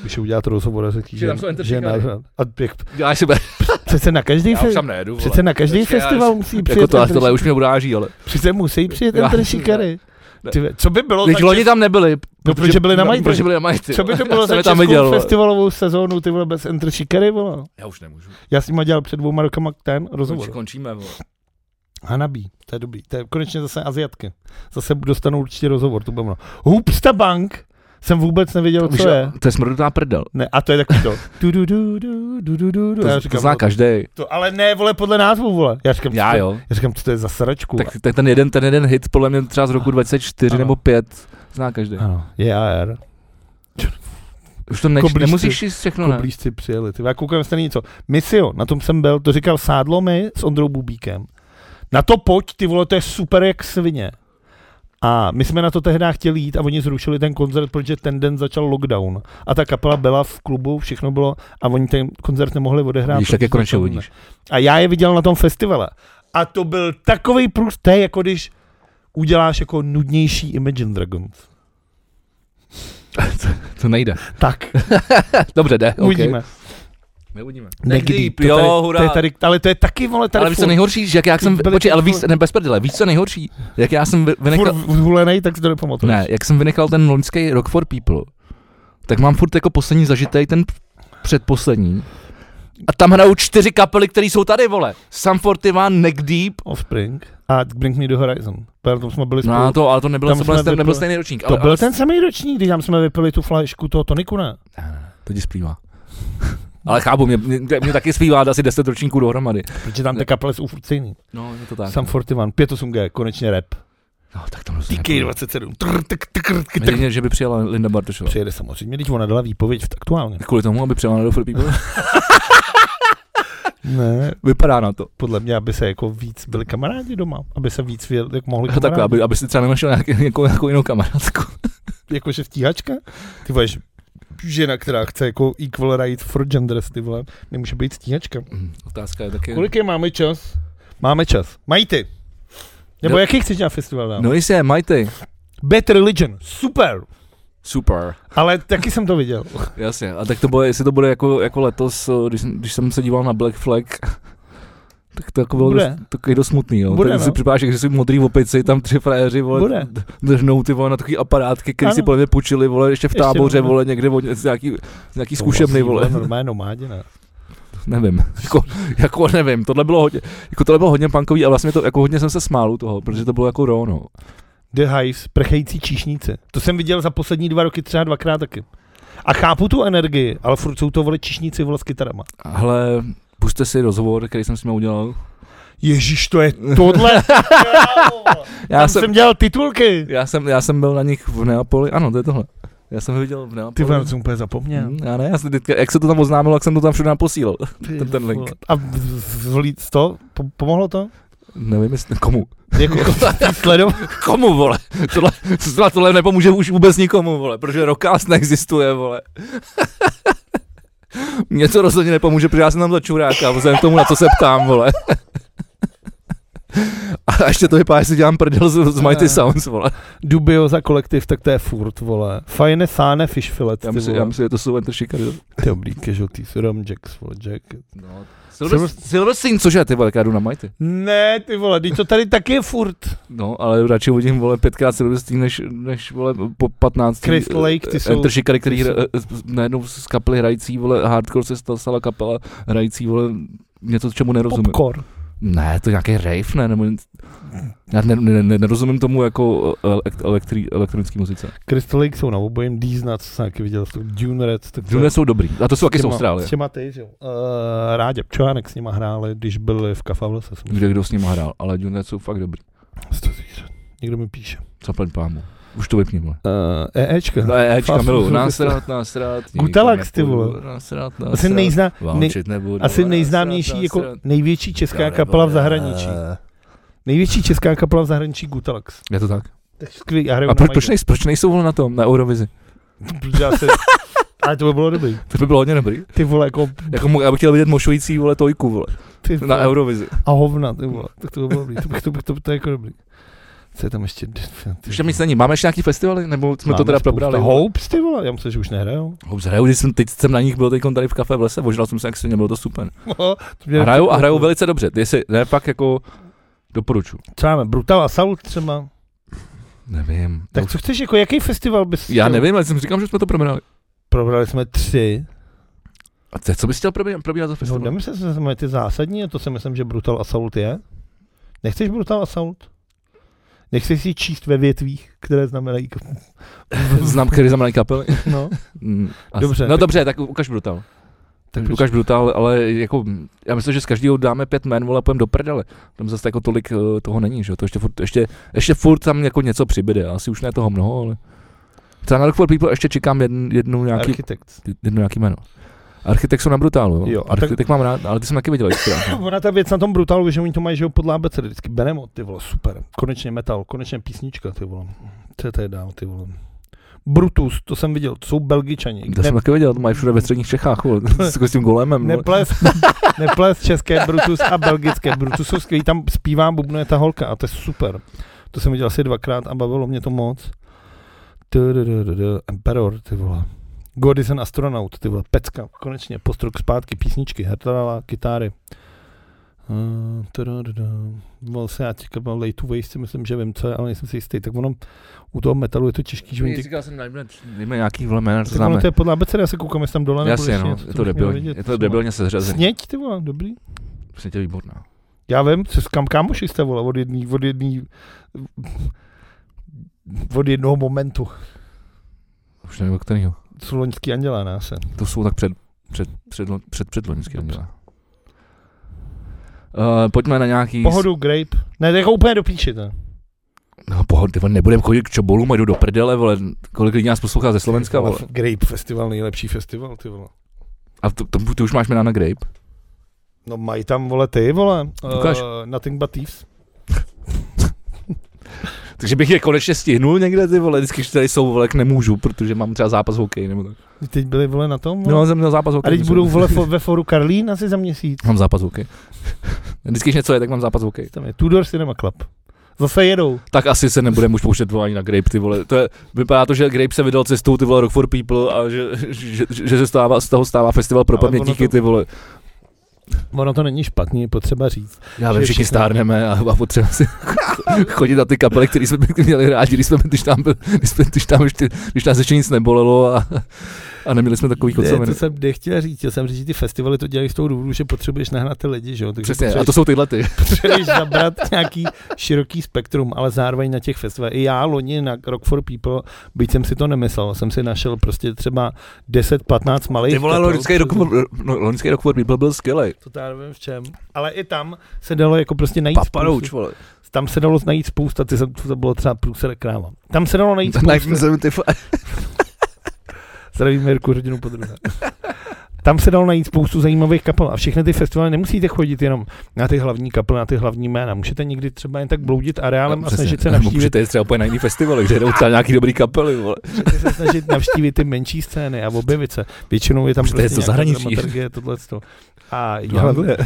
Speaker 2: Když udělat rozhovor a řekl, že,
Speaker 1: Že tam jsou
Speaker 2: že na,
Speaker 1: enterprikány.
Speaker 2: a jak,
Speaker 1: Já si bude,
Speaker 2: přece na každý,
Speaker 1: já už
Speaker 2: fe,
Speaker 1: tam nejedu, vole.
Speaker 2: přece na každý
Speaker 1: Počkej, já
Speaker 2: festival
Speaker 1: už-
Speaker 2: musí přijet
Speaker 1: Jako to, až
Speaker 2: Andrej-
Speaker 1: tohle už mě uráží, ale.
Speaker 2: Přece musí přijet
Speaker 1: Já-
Speaker 2: ten šikary.
Speaker 1: Ne.
Speaker 2: Co by bylo
Speaker 1: Teď loni tam nebyli.
Speaker 2: No, protože byli na Majitě.
Speaker 1: Protože byli na Majitě.
Speaker 2: Co by to
Speaker 1: vole.
Speaker 2: bylo
Speaker 1: Já jsem
Speaker 2: za
Speaker 1: je tam
Speaker 2: českou
Speaker 1: viděl, vole.
Speaker 2: festivalovou sezónu, ty vole, bez Enter Shikary, vole?
Speaker 1: Já už nemůžu.
Speaker 2: Já s nima dělal před dvouma rokama ten
Speaker 1: Už
Speaker 2: rozhovor.
Speaker 1: končíme, vole.
Speaker 2: Hanabí, to je dobrý, to je konečně zase Aziatky. Zase dostanu určitě rozhovor, to bude ono. Hoopsta Bank, jsem vůbec nevěděl,
Speaker 1: Víš,
Speaker 2: co je.
Speaker 1: To je smrdutá prdel.
Speaker 2: Ne, a to je takový to. Du, du, du, du, du, du, du, du. No,
Speaker 1: To,
Speaker 2: Já
Speaker 1: to
Speaker 2: říkám,
Speaker 1: zná
Speaker 2: to,
Speaker 1: každý.
Speaker 2: to, ale ne, vole, podle názvu, vole. Já říkám, co
Speaker 1: Já
Speaker 2: to,
Speaker 1: jo.
Speaker 2: já říkám, co to je za sračku.
Speaker 1: Tak, tak ten, jeden, ten jeden hit, podle mě třeba z roku 24
Speaker 2: Ano.
Speaker 1: nebo 5, zná každý.
Speaker 2: Ano, JAR.
Speaker 1: Už to neč,
Speaker 2: Koblížci.
Speaker 1: nemusíš jíst všechno, No ne?
Speaker 2: Koblížci přijeli. Ty, vole, já koukám, jestli není něco. Misio, na tom jsem byl, to říkal Sádlo mi s Ondrou Bubíkem. Na to pojď, ty vole, to je super jak svině. A my jsme na to tehdy chtěli jít a oni zrušili ten koncert, protože ten den začal lockdown. A ta kapela byla v klubu, všechno bylo a oni ten koncert nemohli odehrát.
Speaker 1: Vidíš, tak je
Speaker 2: protože
Speaker 1: konečně
Speaker 2: to-
Speaker 1: uvidíš.
Speaker 2: A já je viděl na tom festivale. A to byl takový průst, to je jako když uděláš jako nudnější Imagine Dragons.
Speaker 1: To nejde.
Speaker 2: Tak,
Speaker 1: Dobře, jde. okay.
Speaker 2: uvidíme.
Speaker 1: Neuvidíme.
Speaker 2: Negdy, to tady-
Speaker 1: jo,
Speaker 2: To je
Speaker 1: hurá.
Speaker 2: tady, ale to je taky, vole, tady
Speaker 1: Ale víš, co
Speaker 2: furt-
Speaker 1: nejhorší, že jak já jsem,
Speaker 2: Ty byli
Speaker 1: počkej,
Speaker 2: ty
Speaker 1: ale víš,
Speaker 2: vole-
Speaker 1: ne, bez prdele, víš, co nejhorší? Jak já jsem vy- vynechal,
Speaker 2: furt zhulenej, tak si to nepamatuješ.
Speaker 1: jako- ne, jak jsem vynechal ten loňský Rock for People, tak mám furt jako poslední zažitej ten p- předposlední. A tam hrajou čtyři kapely, které jsou tady, vole. Samford Ivan, Neck Deep.
Speaker 2: Offspring a Bring Me the Horizon. Na tom jsme byli spolu.
Speaker 1: No to, ale to nebylo,
Speaker 2: Tam
Speaker 1: to byl,
Speaker 2: jsme
Speaker 1: ten, nebyl
Speaker 2: vypli-
Speaker 1: stejný ročník.
Speaker 2: to
Speaker 1: ale,
Speaker 2: byl
Speaker 1: ale,
Speaker 2: ten samý ročník, když tam jsme vypili tu flašku toho Tonikuna.
Speaker 1: To ti splývá. ale chápu, mě, mě, mě taky splývá asi 10 ročníků dohromady.
Speaker 2: Protože tam ty
Speaker 1: Ne.
Speaker 2: kaple jsou furt stejný.
Speaker 1: No, je to tak.
Speaker 2: Sam 41, 5-8G, konečně rap.
Speaker 1: No, tak tam rozhodně nepůjdu.
Speaker 2: TK27. Trr, tk, tk, tk, tk.
Speaker 1: Jedině, že by přijela Linda Bartošová.
Speaker 2: Přijede samozřejmě, když ona dala výpověď v aktuálně.
Speaker 1: Kvůli tomu, aby přijela do Free People.
Speaker 2: Ne,
Speaker 1: Vypadá na to.
Speaker 2: podle mě, aby se jako víc byli kamarádi doma, aby se víc věděli, jak mohli
Speaker 1: A
Speaker 2: kamarádi.
Speaker 1: takhle, aby, aby si třeba nenašel nějaký, nějakou, nějakou jinou kamarádku.
Speaker 2: Jakože jako stíhačka? Ty vole, že- žena, která chce jako equal right for genders, ty vole, nemůže být stíhačka.
Speaker 1: Mm, Otázka je taky...
Speaker 2: Kolik je máme čas? Máme čas. Mají ty. Nebo
Speaker 1: No.
Speaker 2: jaký chceš na festival dát?
Speaker 1: No jistě, Mighty.
Speaker 2: Bad Religion, super.
Speaker 1: Super.
Speaker 2: Ale taky jsem to viděl.
Speaker 1: Jasně. A tak to bude, jestli to bude jako, jako letos, když, jsem- když jsem se díval na Black Flag, tak to jako bylo
Speaker 2: Bude.
Speaker 1: dost, takový dost smutný, jo.
Speaker 2: Bude,
Speaker 1: tak si
Speaker 2: no.
Speaker 1: připadáš, že jsi modrý opici, tam tři frajeři, vole,
Speaker 2: Bude.
Speaker 1: d- držnou ty vole na takový aparátky, který
Speaker 2: Ano.
Speaker 1: si podle mě půjčili, vole, ještě v
Speaker 2: Ještě
Speaker 1: táboře,
Speaker 2: bude.
Speaker 1: vole, někde od, z nějaký, z nějaký zkušebny, vole.
Speaker 2: Normálně nomádi, ne?
Speaker 1: Nevím, jako, jako nevím, tohle bylo hodně, jako tohle bylo hodně punkový a vlastně to, jako hodně jsem se smál u toho, protože to bylo jako rono.
Speaker 2: The Hives, prchející číšníci. To jsem viděl za poslední dva roky třeba dvakrát taky. A chápu tu energii, ale furt jsou to vole číšníci vole s kytarama.
Speaker 1: Ale puste si rozhovor, který jsem s ním udělal.
Speaker 2: Ježíš, to je tohle.
Speaker 1: Já jsem,
Speaker 2: Já jsem... jsem dělal titulky.
Speaker 1: já, jsem, já jsem byl na nich v Neapoli, ano, to je tohle. Já jsem ho viděl v Neapoli.
Speaker 2: Ty vole, jsem úplně zapomněl.
Speaker 1: Hm, já ne, já jsem teďka, jak se to tam oznámilo, jak jsem to tam všude naposílal.
Speaker 2: Ty
Speaker 1: Ten- ten link.
Speaker 2: vole. A v- v- vzlít to? Po- Pomohlo to?
Speaker 1: Nevím, jestli, komu.
Speaker 2: Jako sledovat?
Speaker 1: Komu, vole? Tohle, tohle, tohle nepomůže už vůbec nikomu, vole, protože rockcast neexistuje, vole. Mně to rozhodně nepomůže, protože já jsem tam za čuráka, vzhledem k tomu, na co se ptám, vole. A ještě to vypadá, že si dělám prdel z, z Mighty Sounds, vole.
Speaker 2: Dubio za kolektiv, tak to je furt, vole. Fajne sáne fish fillet,
Speaker 1: Já
Speaker 2: ty
Speaker 1: myslím,
Speaker 2: vole.
Speaker 1: já myslím, že to jsou Enter Shikary.
Speaker 2: Ty oblíky žlutý, rum, jacks, vole, jacket.
Speaker 1: No. Silver, Silverstein, cože, ty vole, tak já jdu na Mighty.
Speaker 2: Ne, ty vole, teď to tady taky je furt.
Speaker 1: No, ale radši hodím, vole, pětkrát Silverstein, než, než vole, po 15.
Speaker 2: Crystal Lake, ty jsou-
Speaker 1: Enter Shikary, který
Speaker 2: ty
Speaker 1: hra, eh,
Speaker 2: jsou-
Speaker 1: najednou z kapely hrající, vole, hardcore se stala- stala kapela hrající, vole, něco, čemu nerozumím.
Speaker 2: Popcorn.
Speaker 1: Ne, to je nějaký rave, ne, nebo nic- já ne, ne, ne, nerozumím tomu jako elek- elektri, elektronický muzice.
Speaker 2: Crystal Lake jsou na obojím, These Nuts jsem taky viděl, jsou Dune Red. Tak to je
Speaker 1: Dune jsou dobrý, a to jsou taky z
Speaker 2: s těma-
Speaker 1: Austrálie,
Speaker 2: S těma ty, že jo. Uh, Rádě Pčohánek s nima hráli, když byli v Kafavlese. jsem-
Speaker 1: kde kdo s ním hrál, ale Dune jsou fakt dobrý,
Speaker 2: Sto zvířat. Někdo mi píše.
Speaker 1: zaplň pámu. Už to vypni, vole.
Speaker 2: Uh, EEčka.
Speaker 1: No, je,
Speaker 2: Fast
Speaker 1: čka, miluju,
Speaker 2: food.
Speaker 1: násrat, násrat.
Speaker 2: Gutalax,
Speaker 1: nikam
Speaker 2: ty
Speaker 1: nepůjdu,
Speaker 2: vole.
Speaker 1: Násrat, násrat.
Speaker 2: Asi, nejzná, nej,
Speaker 1: Válčit nebudu.
Speaker 2: asi
Speaker 1: násrat,
Speaker 2: nejznámější, jako
Speaker 1: násrat.
Speaker 2: největší česká kapela v zahraničí. Největší česká kapela v zahraničí Gutalax.
Speaker 1: Je to tak.
Speaker 2: Tak skvělý, já hraju
Speaker 1: A
Speaker 2: na
Speaker 1: proč,
Speaker 2: Majdě.
Speaker 1: proč, nejsou, proč nejsou vole na tom, na Eurovizi?
Speaker 2: Protože já se... Ale to by bylo dobrý.
Speaker 1: To by bylo hodně dobrý.
Speaker 2: Ty vole, jako...
Speaker 1: Jako mu, já bych chtěl vidět mošující vole tojku vole,
Speaker 2: Ty
Speaker 1: na
Speaker 2: vole,
Speaker 1: Eurovizi.
Speaker 2: A hovna, ty vole. Tak to by bylo dobrý. To, bych, to, bych, to, to je jako dobrý. Co je tam ještě?
Speaker 1: Už tam nic není. Máme ještě nějaký festivaly? Nebo jsme
Speaker 2: Máme
Speaker 1: to teda
Speaker 2: spousta.
Speaker 1: probrali?
Speaker 2: Hopes, ty vole, já myslím, že už nehrajou.
Speaker 1: Houbs hrajou, když jsem teď jsem na nich byl teď tady v kafe v lese, ožral jsem se jak silně, bylo to super.
Speaker 2: To mě-
Speaker 1: A hrajou a hrajou velice dobře, jestli ne, pak jako doporučuji.
Speaker 2: Co máme, Brutal Assault třeba?
Speaker 1: Nevím.
Speaker 2: Tak co chceš, jako jaký festival bys
Speaker 1: No. Já
Speaker 2: chtěl?
Speaker 1: nevím, ale jsem říkal, že jsme to probrali.
Speaker 2: Probrali jsme tři.
Speaker 1: A te, co bys chtěl probírat, probírat za
Speaker 2: No,
Speaker 1: festival?
Speaker 2: nemyslím si, že jsme ty zásadní, a to si myslím, že Brutal Assault je. Nechceš Brutal Assault? Nechceš si číst ve větvích, které znamenají...
Speaker 1: Znám, který znamenají kapely.
Speaker 2: No,
Speaker 1: Mm, asi.
Speaker 2: Dobře,
Speaker 1: no
Speaker 2: tak-
Speaker 1: dobře, tak ukaž brutal.
Speaker 2: tak
Speaker 1: Tak ukaž brutal, ale jako, já myslím, že z každého dáme pět jmen, vole, půjdem do prdele. Tam zase jako tolik eh, toho není, že jo, to ještě furt, ještě, ještě furt tam jako něco přibyde, asi už ne toho mnoho, ale... Třeba na Rock for People ještě čekám jedn, jednu nějaký,
Speaker 2: Architekt.
Speaker 1: jedno nějaký jméno. Architekt jsou na Brutálu, jo.
Speaker 2: Jo, a tak-
Speaker 1: Architekt tak... mám rád, ale ty jsem taky viděl. xkrát, no.
Speaker 2: Ona ta věc na tom Brutalu, že oni to mají, že jo, podle ABC vždycky. Benemot, ty vole, super. Konečně metal, konečně písnička, ty vole. Co je tady dál, ty vole. Brutus, to jsem viděl, to jsou Belgičani.
Speaker 1: to jsem taky viděl, to mají všude ve středních Čechách, vole, Jako s tím golemem. vole.
Speaker 2: Neples, neples české Brutus a belgické Brutus jsou skvělý, tam zpívá, bubnuje ta holka a to je super. To jsem viděl asi dvakrát a bavilo mě to moc. Tududududu, Emperor, ty vole. God is an astronaut, ty vole, pecka, konečně, postrok zpátky, písničky, hertala, kytáry. Uh, tudududu. Volal se já teďka byl Late to Waste, si myslím, že vím, co je, ale nejsem si jistý. Tak ono, u toho metalu je to těžký, že oni ty,
Speaker 1: Říkal jsem, najmeme- najmeme nějaký vole jména, co
Speaker 2: tak ono
Speaker 1: známe.
Speaker 2: to je podle abecedy, já se koukám, jestli tam dole nebo
Speaker 1: Jasně,
Speaker 2: ještě
Speaker 1: no,
Speaker 2: něco,
Speaker 1: je
Speaker 2: co
Speaker 1: to
Speaker 2: bych měl
Speaker 1: debilně,
Speaker 2: vědět,
Speaker 1: je
Speaker 2: co
Speaker 1: to
Speaker 2: mám.
Speaker 1: debilně sezřezený.
Speaker 2: Sněď, ty vole, dobrý.
Speaker 1: Přesně tě výborná.
Speaker 2: Já vím, co kam kámoši jste vole, od jedný, od jedný, od jednoho momentu.
Speaker 1: Už nevím, o kterýho.
Speaker 2: Jsou loňský andělé, ne se.
Speaker 1: To jsou tak před, před, před, před, předloňský
Speaker 2: Dobře.
Speaker 1: anděla. Uh, pojďme na nějaký...
Speaker 2: Pohodu, grape. Ne, to je jako úplně do píči, to.
Speaker 1: No, pohod, ty vole, nebudem chodit k čobolům a jdu do prdele, vole, kolik lidí nás poslouchá ze Slovenska, vole.
Speaker 2: Grape festival, nejlepší festival, ty vole.
Speaker 1: A to, to, ty už máš jména na Grape.
Speaker 2: No mají tam, vole, ty, vole.
Speaker 1: Ukaž.
Speaker 2: Uh, nothing but thieves.
Speaker 1: Takže bych je konečně stihnul někde, ty vole, vždycky, když tady jsou, vole, jak nemůžu, protože mám třeba zápas hokej nebo tak.
Speaker 2: Teď byli, vole, na tom, vole.
Speaker 1: No, jsem měl zápas
Speaker 2: A
Speaker 1: hokej.
Speaker 2: teď
Speaker 1: myslím.
Speaker 2: budou, vole, fo, ve foru Karlín asi za měsíc.
Speaker 1: Mám zápas hokej. Vždycky, když něco je, tak mám zápas hokej.
Speaker 2: Tam je Tudor Cinema Club. Zase jedou.
Speaker 1: tak asi se nebudeme už pouštět vole, ani na Grape, ty vole. To je, vypadá to, že Grape se vydal cestou, ty vole, Rock for People a že, že, že, že se stává, z toho stává festival pro
Speaker 2: Ale ono
Speaker 1: pamětníky,
Speaker 2: to-
Speaker 1: ty vole.
Speaker 2: Ono to není špatný, je potřeba říct.
Speaker 1: Já
Speaker 2: že
Speaker 1: vím, všichni
Speaker 2: všechno-
Speaker 1: stárneme a, a potřeba si chodit na ty kapely, které jsme měli rádi, když jsme, když tam, byl, když jsme, když tam ještě, když nás ještě nic nebolelo a, a neměli jsme takový
Speaker 2: Ne,
Speaker 1: kocoviny.
Speaker 2: to jsem nechtěl říct, chtěl jsem říct, že ty festivaly to dělají z toho důvodu, že potřebuješ nahnat ty lidi, že jo? Takže
Speaker 1: Přesně,
Speaker 2: potřebuješ-
Speaker 1: a to jsou tyhle ty.
Speaker 2: potřebuješ zabrat nějaký široký spektrum, ale zároveň na těch festivalech. I já loni na Rock for People, byť jsem si to nemyslel, jsem si našel prostě třeba 10-15 malých.
Speaker 1: Ty vole,
Speaker 2: kapel,
Speaker 1: loňský rok, no, loňský rok People byl skvělý.
Speaker 2: To já nevím v čem. Ale i tam se dalo jako prostě najít
Speaker 1: Paparouč,
Speaker 2: spoustu.
Speaker 1: vole.
Speaker 2: Tam se dalo najít spousta, ty jsem, to bylo třeba průser kráva. Tam se dalo najít spousta.
Speaker 1: 1975.
Speaker 2: Zdravím Jirku rodinu po druhé. Tam se dalo najít spoustu zajímavých kapel a všechny ty festivaly nemusíte chodit jenom na ty hlavní kapely, na ty hlavní jména. Můžete někdy třeba jen tak bloudit areálem a
Speaker 1: No, Přesně.
Speaker 2: snažit se
Speaker 1: Nebo
Speaker 2: navštívit
Speaker 1: Můžete jít třeba úplně na jiný festivaly, kde jdou třeba nějaký dobrý kapely, vole.
Speaker 2: Můžete se snažit navštívit ty menší scény a objevit se. Většinou je tam
Speaker 1: Můžete
Speaker 2: prostě
Speaker 1: jet do
Speaker 2: nějaká
Speaker 1: zahraničí.
Speaker 2: dramaturgie, tohleto. A
Speaker 1: Do
Speaker 2: já,
Speaker 1: Anglie.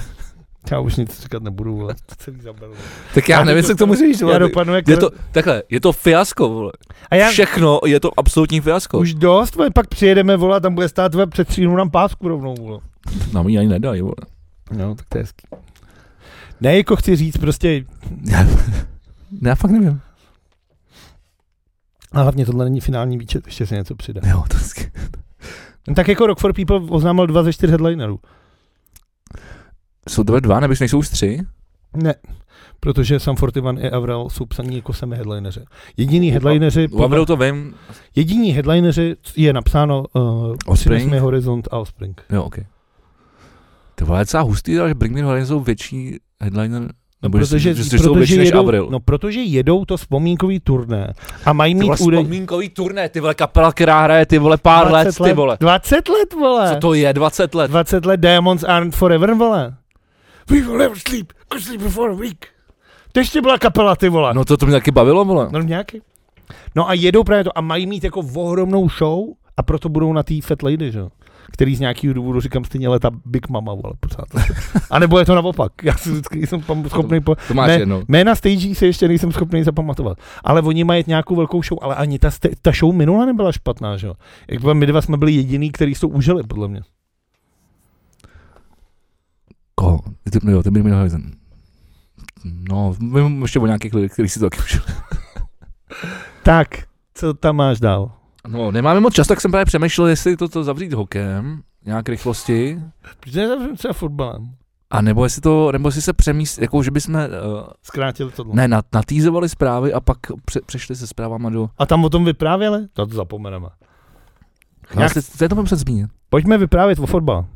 Speaker 2: já, už nic říkat nebudu, vole. To celý zaberu.
Speaker 1: Tak já
Speaker 2: Já
Speaker 1: nevím,
Speaker 2: to-
Speaker 1: co k tomu říct.
Speaker 2: Já
Speaker 1: vole.
Speaker 2: dopadnu jak...
Speaker 1: Je to, takhle, je to fiasko, vole.
Speaker 2: a já
Speaker 1: Všechno je to absolutní fiasko.
Speaker 2: už dost, vole, pak přijedeme, vole, tam bude stát, vole, přetřínu nám pásku rovnou, vole.
Speaker 1: Nám ji ani nedají, vole.
Speaker 2: No, tak to je hezký. Ne, jako chci říct prostě,
Speaker 1: No, Já fakt nevím.
Speaker 2: a hlavně tohle není finální výčet, ještě se něco přidá.
Speaker 1: Jo, to je
Speaker 2: No, tak jako Rock for People oznámil dva ze čtyř headlinerů.
Speaker 1: Jsou to dva, nebo nejsou už tři?
Speaker 2: Ne, protože Sam Fortivan i Avril jsou psaní jako sami headlineři. Jediný headlineři...
Speaker 1: U Avril to vím.
Speaker 2: Jediní headlineři je napsáno uh,
Speaker 1: Offspring?
Speaker 2: Offspring, Horizont a Offspring.
Speaker 1: Jo, ok. To vole, je docela hustý, ale že Bring Me The Horizon jsou větší headliner. Nebo že, No, že, že, že jsou větší než
Speaker 2: No, jedou,
Speaker 1: Avril.
Speaker 2: no, protože jedou to vzpomínkový turné a mají
Speaker 1: Ty
Speaker 2: mít
Speaker 1: vole,
Speaker 2: údaj...
Speaker 1: vzpomínkový turné, ty vole, kapela, která hraje, ty vole, Vlastně pár let,
Speaker 2: 20
Speaker 1: ty vole.
Speaker 2: 20 let, vole.
Speaker 1: Co to je, 20 let?
Speaker 2: 20 let Diamonds aren't forever, vole. We will never sleep, could sleep before a week. To ještě byla kapela, ty vole.
Speaker 1: No to, to mě taky bavilo, vole.
Speaker 2: no nějaký. No a jedou právě to a mají mít jako ohromnou show a proto budou na té Fat Lady, že jo. který z nějakého důvodu říkám stejně leta Big Mama, vole, pořád. A nebo je to naopak, já si vždycky jsem pam- schopný po...
Speaker 1: To máš
Speaker 2: Ne,
Speaker 1: jednou.
Speaker 2: Jména stage se ještě nejsem schopný zapamatovat. Ale oni mají nějakou velkou show, ale ani ta, sta- ta show minula nebyla špatná, že jo? Jak my dva jsme byli jediný, který jsou užili, podle mě.
Speaker 1: Koho? Ty, no jo, ten Benjamin Horizon. No, vím ještě o nějakých lidech, kteří si to taky užili.
Speaker 2: Tak, co tam máš dál?
Speaker 1: No, nemáme moc času, tak jsem právě přemýšlel, jestli toto zavřít hokem, nějak rychlosti,
Speaker 2: Proč nezavřu třeba fotbalem?
Speaker 1: a nebo jestli to, nebo jestli se přemíst, jako že bychom, eh,
Speaker 2: Zkrátil to.
Speaker 1: ne, nat- natýzovali zprávy a pak pře- přešli se zprávama do...
Speaker 2: A tam o tom vyprávěli? To to zapomeneme.
Speaker 1: Já se, to je to mám před zmínit.
Speaker 2: Pojďme vyprávět o fotbalu.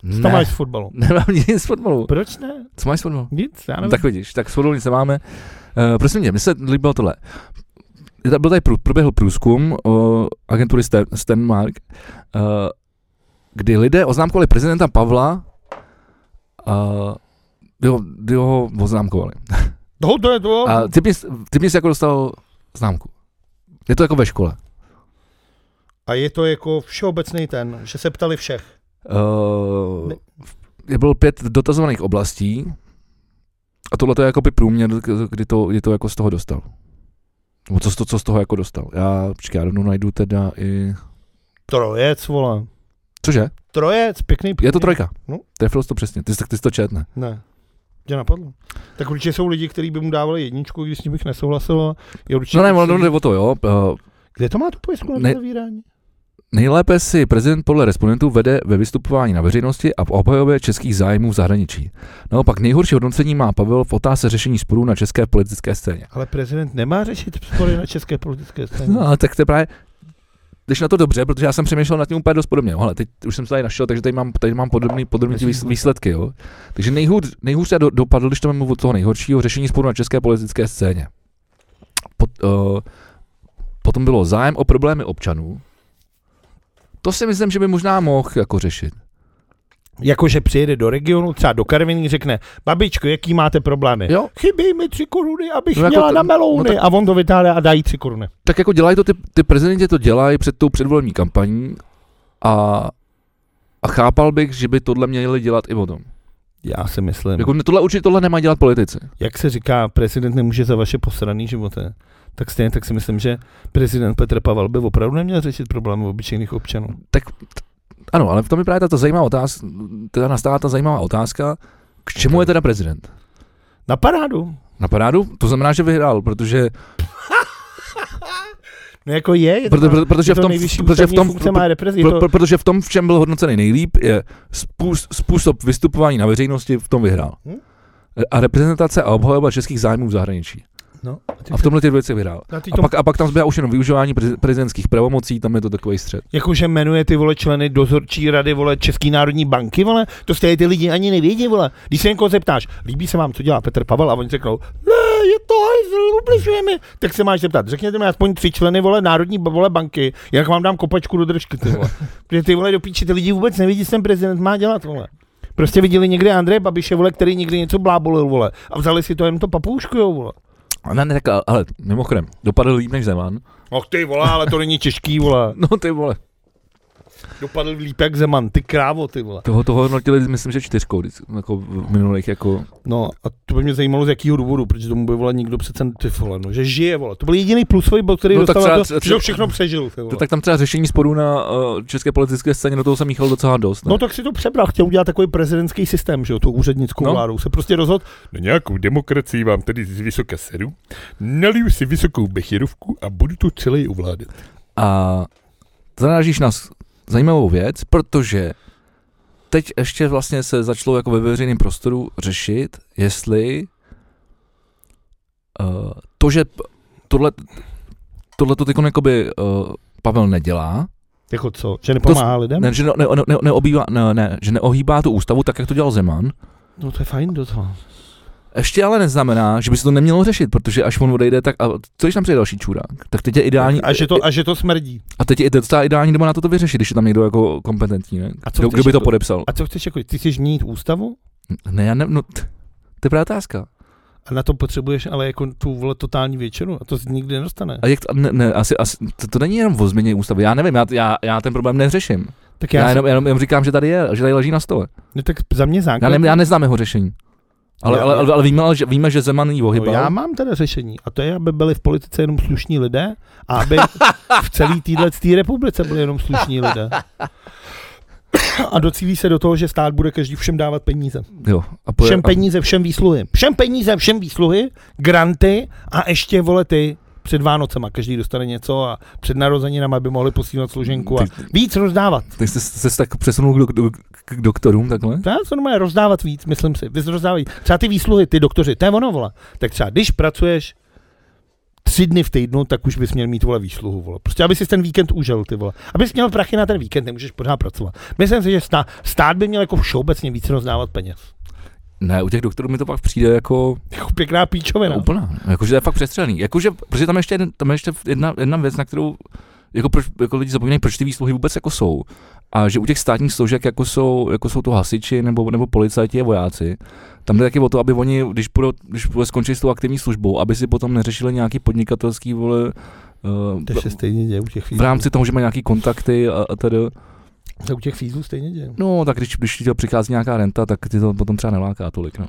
Speaker 2: Co tam
Speaker 1: Ne,
Speaker 2: máš z fotbalu?
Speaker 1: nemám nic z fotbalu.
Speaker 2: Proč ne?
Speaker 1: Co máš z fotbalu?
Speaker 2: Nic, já
Speaker 1: No,
Speaker 2: nevím.
Speaker 1: tak vidíš, tak s nic nemáme. Uh, prosím tě, mně se líbilo tohle. Ta- Byl tady prů, proběhl průzkum uh, agentury Stan- Stanmark, uh, kdy lidé oznámkovali prezidenta Pavla, uh, kdy, ho, kdy ho oznámkovali.
Speaker 2: No, to je to.
Speaker 1: A ty bys, ty bys jako dostal známku. Je to jako ve škole.
Speaker 2: A je to jako všeobecný ten, že se ptali všech.
Speaker 1: Uh,
Speaker 2: Ne-
Speaker 1: je bylo pět dotazovaných oblastí a tohle to je jako by průměr, k- kdy to, kdy to jako z toho dostal. Nebo co, z to- co z toho jako dostal. Já, počkej, já rovnou najdu teda i...
Speaker 2: Trojec, vole.
Speaker 1: Cože?
Speaker 2: Trojec, pěkný, pěkný.
Speaker 1: Je to trojka.
Speaker 2: No.
Speaker 1: Trefil jsi to přesně, ty, jsi- ty jsi to četne.
Speaker 2: Ne. Tě napadlo. Tak určitě jsou lidi, kteří by mu dávali jedničku, když s ním bych nesouhlasil. Je určitě
Speaker 1: No ne, ono jde o to, jo. Eh,
Speaker 2: Kde to má tu pojistku na
Speaker 1: Ne-
Speaker 2: zavírání?
Speaker 1: Nejlépe si prezident podle respondentů vede ve vystupování na veřejnosti a v obhajobě českých zájmů v zahraničí. Naopak nejhorší hodnocení má Pavel v otázce řešení sporů na české politické scéně.
Speaker 2: Ale prezident nemá řešit spory na české politické scéně.
Speaker 1: No, ale tak to je právě Jdeš na to dobře, protože já jsem přemýšlel nad tím úplně dost podobně. Jo, Hele, teď už jsem se tady našel, takže tady mám, tady mám podobný, podobný ty výs- výsledky. Jo. Takže nejhůř, nejhůř se do, dopadl, když to mám od toho nejhoršího, řešení sporu na české politické scéně. Pot, uh, potom bylo zájem o problémy občanů. To si myslím, že by možná mohl jako řešit.
Speaker 2: Jakože přijede do regionu, třeba do Karviní, řekne, babičko, jaký máte problémy?
Speaker 1: Jo,
Speaker 2: Chybí mi tři koruny, abych
Speaker 1: No
Speaker 2: no
Speaker 1: jako
Speaker 2: měla
Speaker 1: to-
Speaker 2: na melouny.
Speaker 1: no
Speaker 2: No tak... A on to vytáhne a dá jí tři koruny.
Speaker 1: tak jako dělají to, ty, ty prezidenti to dělají před tou předvolební kampaní a, a chápal bych, že by tohle měli dělat i potom.
Speaker 2: Já si myslím.
Speaker 1: Jako tohle určitě tohle nemá dělat politici.
Speaker 2: Jak se říká, prezident nemůže za vaše posraný životy. Tak stejně tak si myslím, že prezident Petr Pavel by opravdu neměl řešit problémy obyčejných občanů.
Speaker 1: Ano, ale v tom je právě tato zajímavá otázka, teda nastává ta zajímavá otázka, k čemu je teda prezident?
Speaker 2: Na parádu.
Speaker 1: Na parádu? To znamená, že vyhrál, protože,
Speaker 2: No jako je, je to,
Speaker 1: Proto- proto- protože
Speaker 2: je to
Speaker 1: v tom-
Speaker 2: nejvyšší
Speaker 1: protože v
Speaker 2: ústavní
Speaker 1: tom-
Speaker 2: funkce má reprezi, je
Speaker 1: pro,
Speaker 2: to,
Speaker 1: pro, protože v tom, v čem byl hodnocený nejlíp, je způs, způsob vystupování na veřejnosti, v tom vyhrál.
Speaker 2: Hm?
Speaker 1: A reprezentace a obhajoba českých zájmů v zahraničí.
Speaker 2: no,
Speaker 1: A v tomhle ty věci vyhrál.
Speaker 2: na ty
Speaker 1: A
Speaker 2: to,
Speaker 1: pak, a pak tam zbývá už jenom využívání prez- prezidentských pravomocí, tam je to takový střed.
Speaker 2: jakože jmenuje ty vole členy dozorčí rady vole České národní banky, vole, to stejně ty lidi ani nevědí, vole. Když se někoho zeptáš, líbí se vám, co dělá Petr Pavel, a oni řeknou, ne, je to hajzl, ubližuje mi, tak se máš zeptat, řekněte mi aspoň tři členy, vole, národní ba- vole banky, jak vám dám kopačku do držky, ty vole. Protože ty vole do píči, ty lidi vůbec nevědí, co ten prezident má dělat, vole. Prostě viděli někde Andreje Babiše, vole, který někdy něco blábolil, vole, a vzali si to jen to papouškujou, vole.
Speaker 1: A ne, ne, tak, ale mimochodem, dopadl líp než Zeman.
Speaker 2: Och ty vole, ale to není těžký, vole.
Speaker 1: No ty vole.
Speaker 2: Dopadl líp jak Zeman, ty krávo, ty vole.
Speaker 1: Toho, toho hodnotili, myslím, že čtyřkou, když- jako v minulých, jako
Speaker 2: No a to by mě zajímalo z jakého důvodu, protože tomu by vole nikdo přece ty vole, no, že žije, vole. To byl jediný plusový bod, který
Speaker 1: No,
Speaker 2: no,
Speaker 1: tak
Speaker 2: dostal
Speaker 1: třeba-
Speaker 2: na to,
Speaker 1: třeba-
Speaker 2: že to všechno přežil, ty
Speaker 1: To,
Speaker 2: vole.
Speaker 1: tak tam třeba řešení sporů na uh, české politické scéně, do toho jsem míchal docela dost. Ne?
Speaker 2: No tak si to přebral, chtěl udělat takový prezidentský systém, že jo, tu úřednickou
Speaker 1: No.
Speaker 2: no. vládu. Se prostě rozhodl,
Speaker 3: Na nějakou demokracii vám tedy z vysoka seru, naliju si vysokou bechirovku a budu to celé ovládat.
Speaker 1: A zarážíš na s- zajímavou věc, protože teď ještě vlastně se začalo jako ve veřejném prostoru řešit, jestli uh, to, že p- tohle, tohle to teď jakoby uh, Pavel nedělá,
Speaker 2: jako co, že nepomáhá lidem?
Speaker 1: ne, že, ne, ne, ne, neobývá, ne, ne, že neohýbá tu ústavu tak, jak to dělal Zeman,
Speaker 2: No to je fajn docela.
Speaker 1: Ještě ale neznamená, že by se to nemělo řešit, protože až on odejde, tak a co když tam přijde další čurák? Tak teď je ideální.
Speaker 2: A že, to, a že to smrdí.
Speaker 1: a teď je docela ideální doba na toto vyřešit, když je tam někdo jako kompetentní, ne?
Speaker 2: A co
Speaker 1: kdo,
Speaker 2: chceš
Speaker 1: kdo by to
Speaker 2: jako-
Speaker 1: podepsal?
Speaker 2: A co chceš jako, ty chceš měnit ústavu?
Speaker 1: Ne, já ne, no, t- to je právě otázka.
Speaker 2: A na to potřebuješ ale jako tu vole totální většinu a to se nikdy nedostane.
Speaker 1: A jak to, ne, ne, asi, asi, to, to není jenom o změně ústavy, já nevím, já, já, já ten problém neřeším.
Speaker 2: Tak
Speaker 1: Já, já,
Speaker 2: já, jsem,
Speaker 1: jenom, jenom, jenom, říkám, že tady je, že tady leží na stole.
Speaker 2: no, tak za mě
Speaker 1: Já,
Speaker 2: základ. No,
Speaker 1: ne, já neznám jeho řešení. Ale,
Speaker 2: Já-
Speaker 1: ale, ale, ale víme, ale, že, víme, že Zeman jí
Speaker 2: No,
Speaker 1: ohybal.
Speaker 2: já mám teda řešení a to je, aby byli v politice jenom slušní lidé a aby v celé téhle republice byli jenom slušní lidé. A docílí se do toho, že stát bude každý všem dávat peníze.
Speaker 1: Jo, a po,
Speaker 2: Všem
Speaker 1: a,
Speaker 2: peníze, všem výsluhy. Všem peníze, všem výsluhy, granty a ještě vole ty před Vánocema. Každý dostane něco a před narozeninama by mohli posílat složenku a víc rozdávat.
Speaker 1: tak jste jste se tak přesunul k, do, k, k doktorům takhle?
Speaker 2: To je co normálně rozdávat víc, myslím si. Vy rozdávají. Třeba ty výsluhy, ty doktoři, to je ono, vole. Tak třeba když pracuješ tři dny v týdnu, tak už bys měl mít vole výsluhu, vole. Prostě aby si ten víkend užil, ty vole. Abys měl prachy na ten víkend, nemůžeš pořád pracovat. Myslím si, že stát, stát by měl jako všeobecně víc rozdávat peněz.
Speaker 1: Ne, u těch doktorů mi to pak přijde jako
Speaker 2: Jako pěkná píčovina.
Speaker 1: No, úplná. Jakože to je fakt přestřelený. Jakože, protože tam ještě, jeden, tam je ještě jedna, jedna věc, na kterou jako, proč, jako lidi zapomínají, proč ty výsluhy vůbec jako jsou. A že u těch státních složek, jako jsou, jako jsou to hasiči nebo, nebo policajti a vojáci, tam jde taky o to, aby oni, když, budou, když budou skončit s tou aktivní službou, aby si potom neřešili nějaký podnikatelský vole, uh,
Speaker 2: To se stejně děje u těch
Speaker 1: v
Speaker 2: fízů.
Speaker 1: rámci toho, že mají nějaký kontakty a, a tedy.
Speaker 2: To u těch fízů stejně děje.
Speaker 1: No, tak když, když ti to přichází nějaká renta, tak ty to potom třeba neláká tolik, no.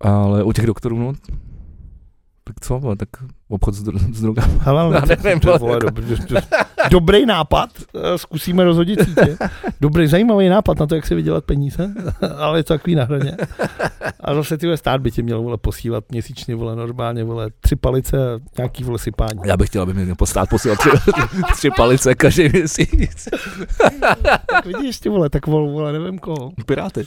Speaker 1: Ale u těch doktorů, no, tak co, vole, tak obchod s, dro- s drogami.
Speaker 2: Hele, ale
Speaker 1: Já
Speaker 2: to-
Speaker 1: nevím,
Speaker 2: to je,
Speaker 1: vole,
Speaker 2: No, vole, dobrý, dobrý nápad, eh, zkusíme rozhodit sítě. Dobrý, zajímavý nápad na to, jak si vydělat peníze, ale je to takový na hraně. A zase ty vole, stát by tě měl vole, posílat měsíčně, vole, normálně, vole, tři palice a nějaký vole sypání.
Speaker 1: Já bych chtěl, aby mi postát posílal tři, tři palice každý měsíc.
Speaker 2: Tak vidíš ty vole, tak vole, vole nevím koho.
Speaker 1: Piráty.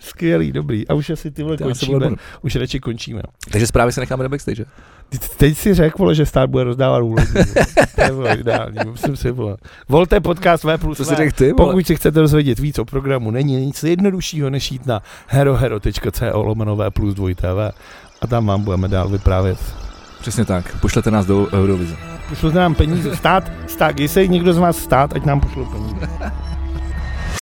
Speaker 2: Skvělý, dobrý. A už asi ty vole
Speaker 1: Já se vole
Speaker 2: končíme.
Speaker 1: budu.
Speaker 2: Už radši končíme.
Speaker 1: Takže zprávy se necháme na backstage.
Speaker 2: Ty- Teď si řekl, vole, že stát bude rozdávat úlohy. To je vole, ideální, myslím si, vole. Volte podcast V plus
Speaker 1: To si
Speaker 2: V.
Speaker 1: řekl ty, vole.
Speaker 2: Pokud se chcete dozvědět víc o programu, není nic jednoduššího, než jít na herohero.co lomenové plus 2 TV a tam vám budeme dál vyprávět.
Speaker 1: Přesně tak. Pošlete nás do Eurovize.
Speaker 2: Pošlete nám peníze stát, stát, jestli někdo z vás stát, ať nám pošlou peníze.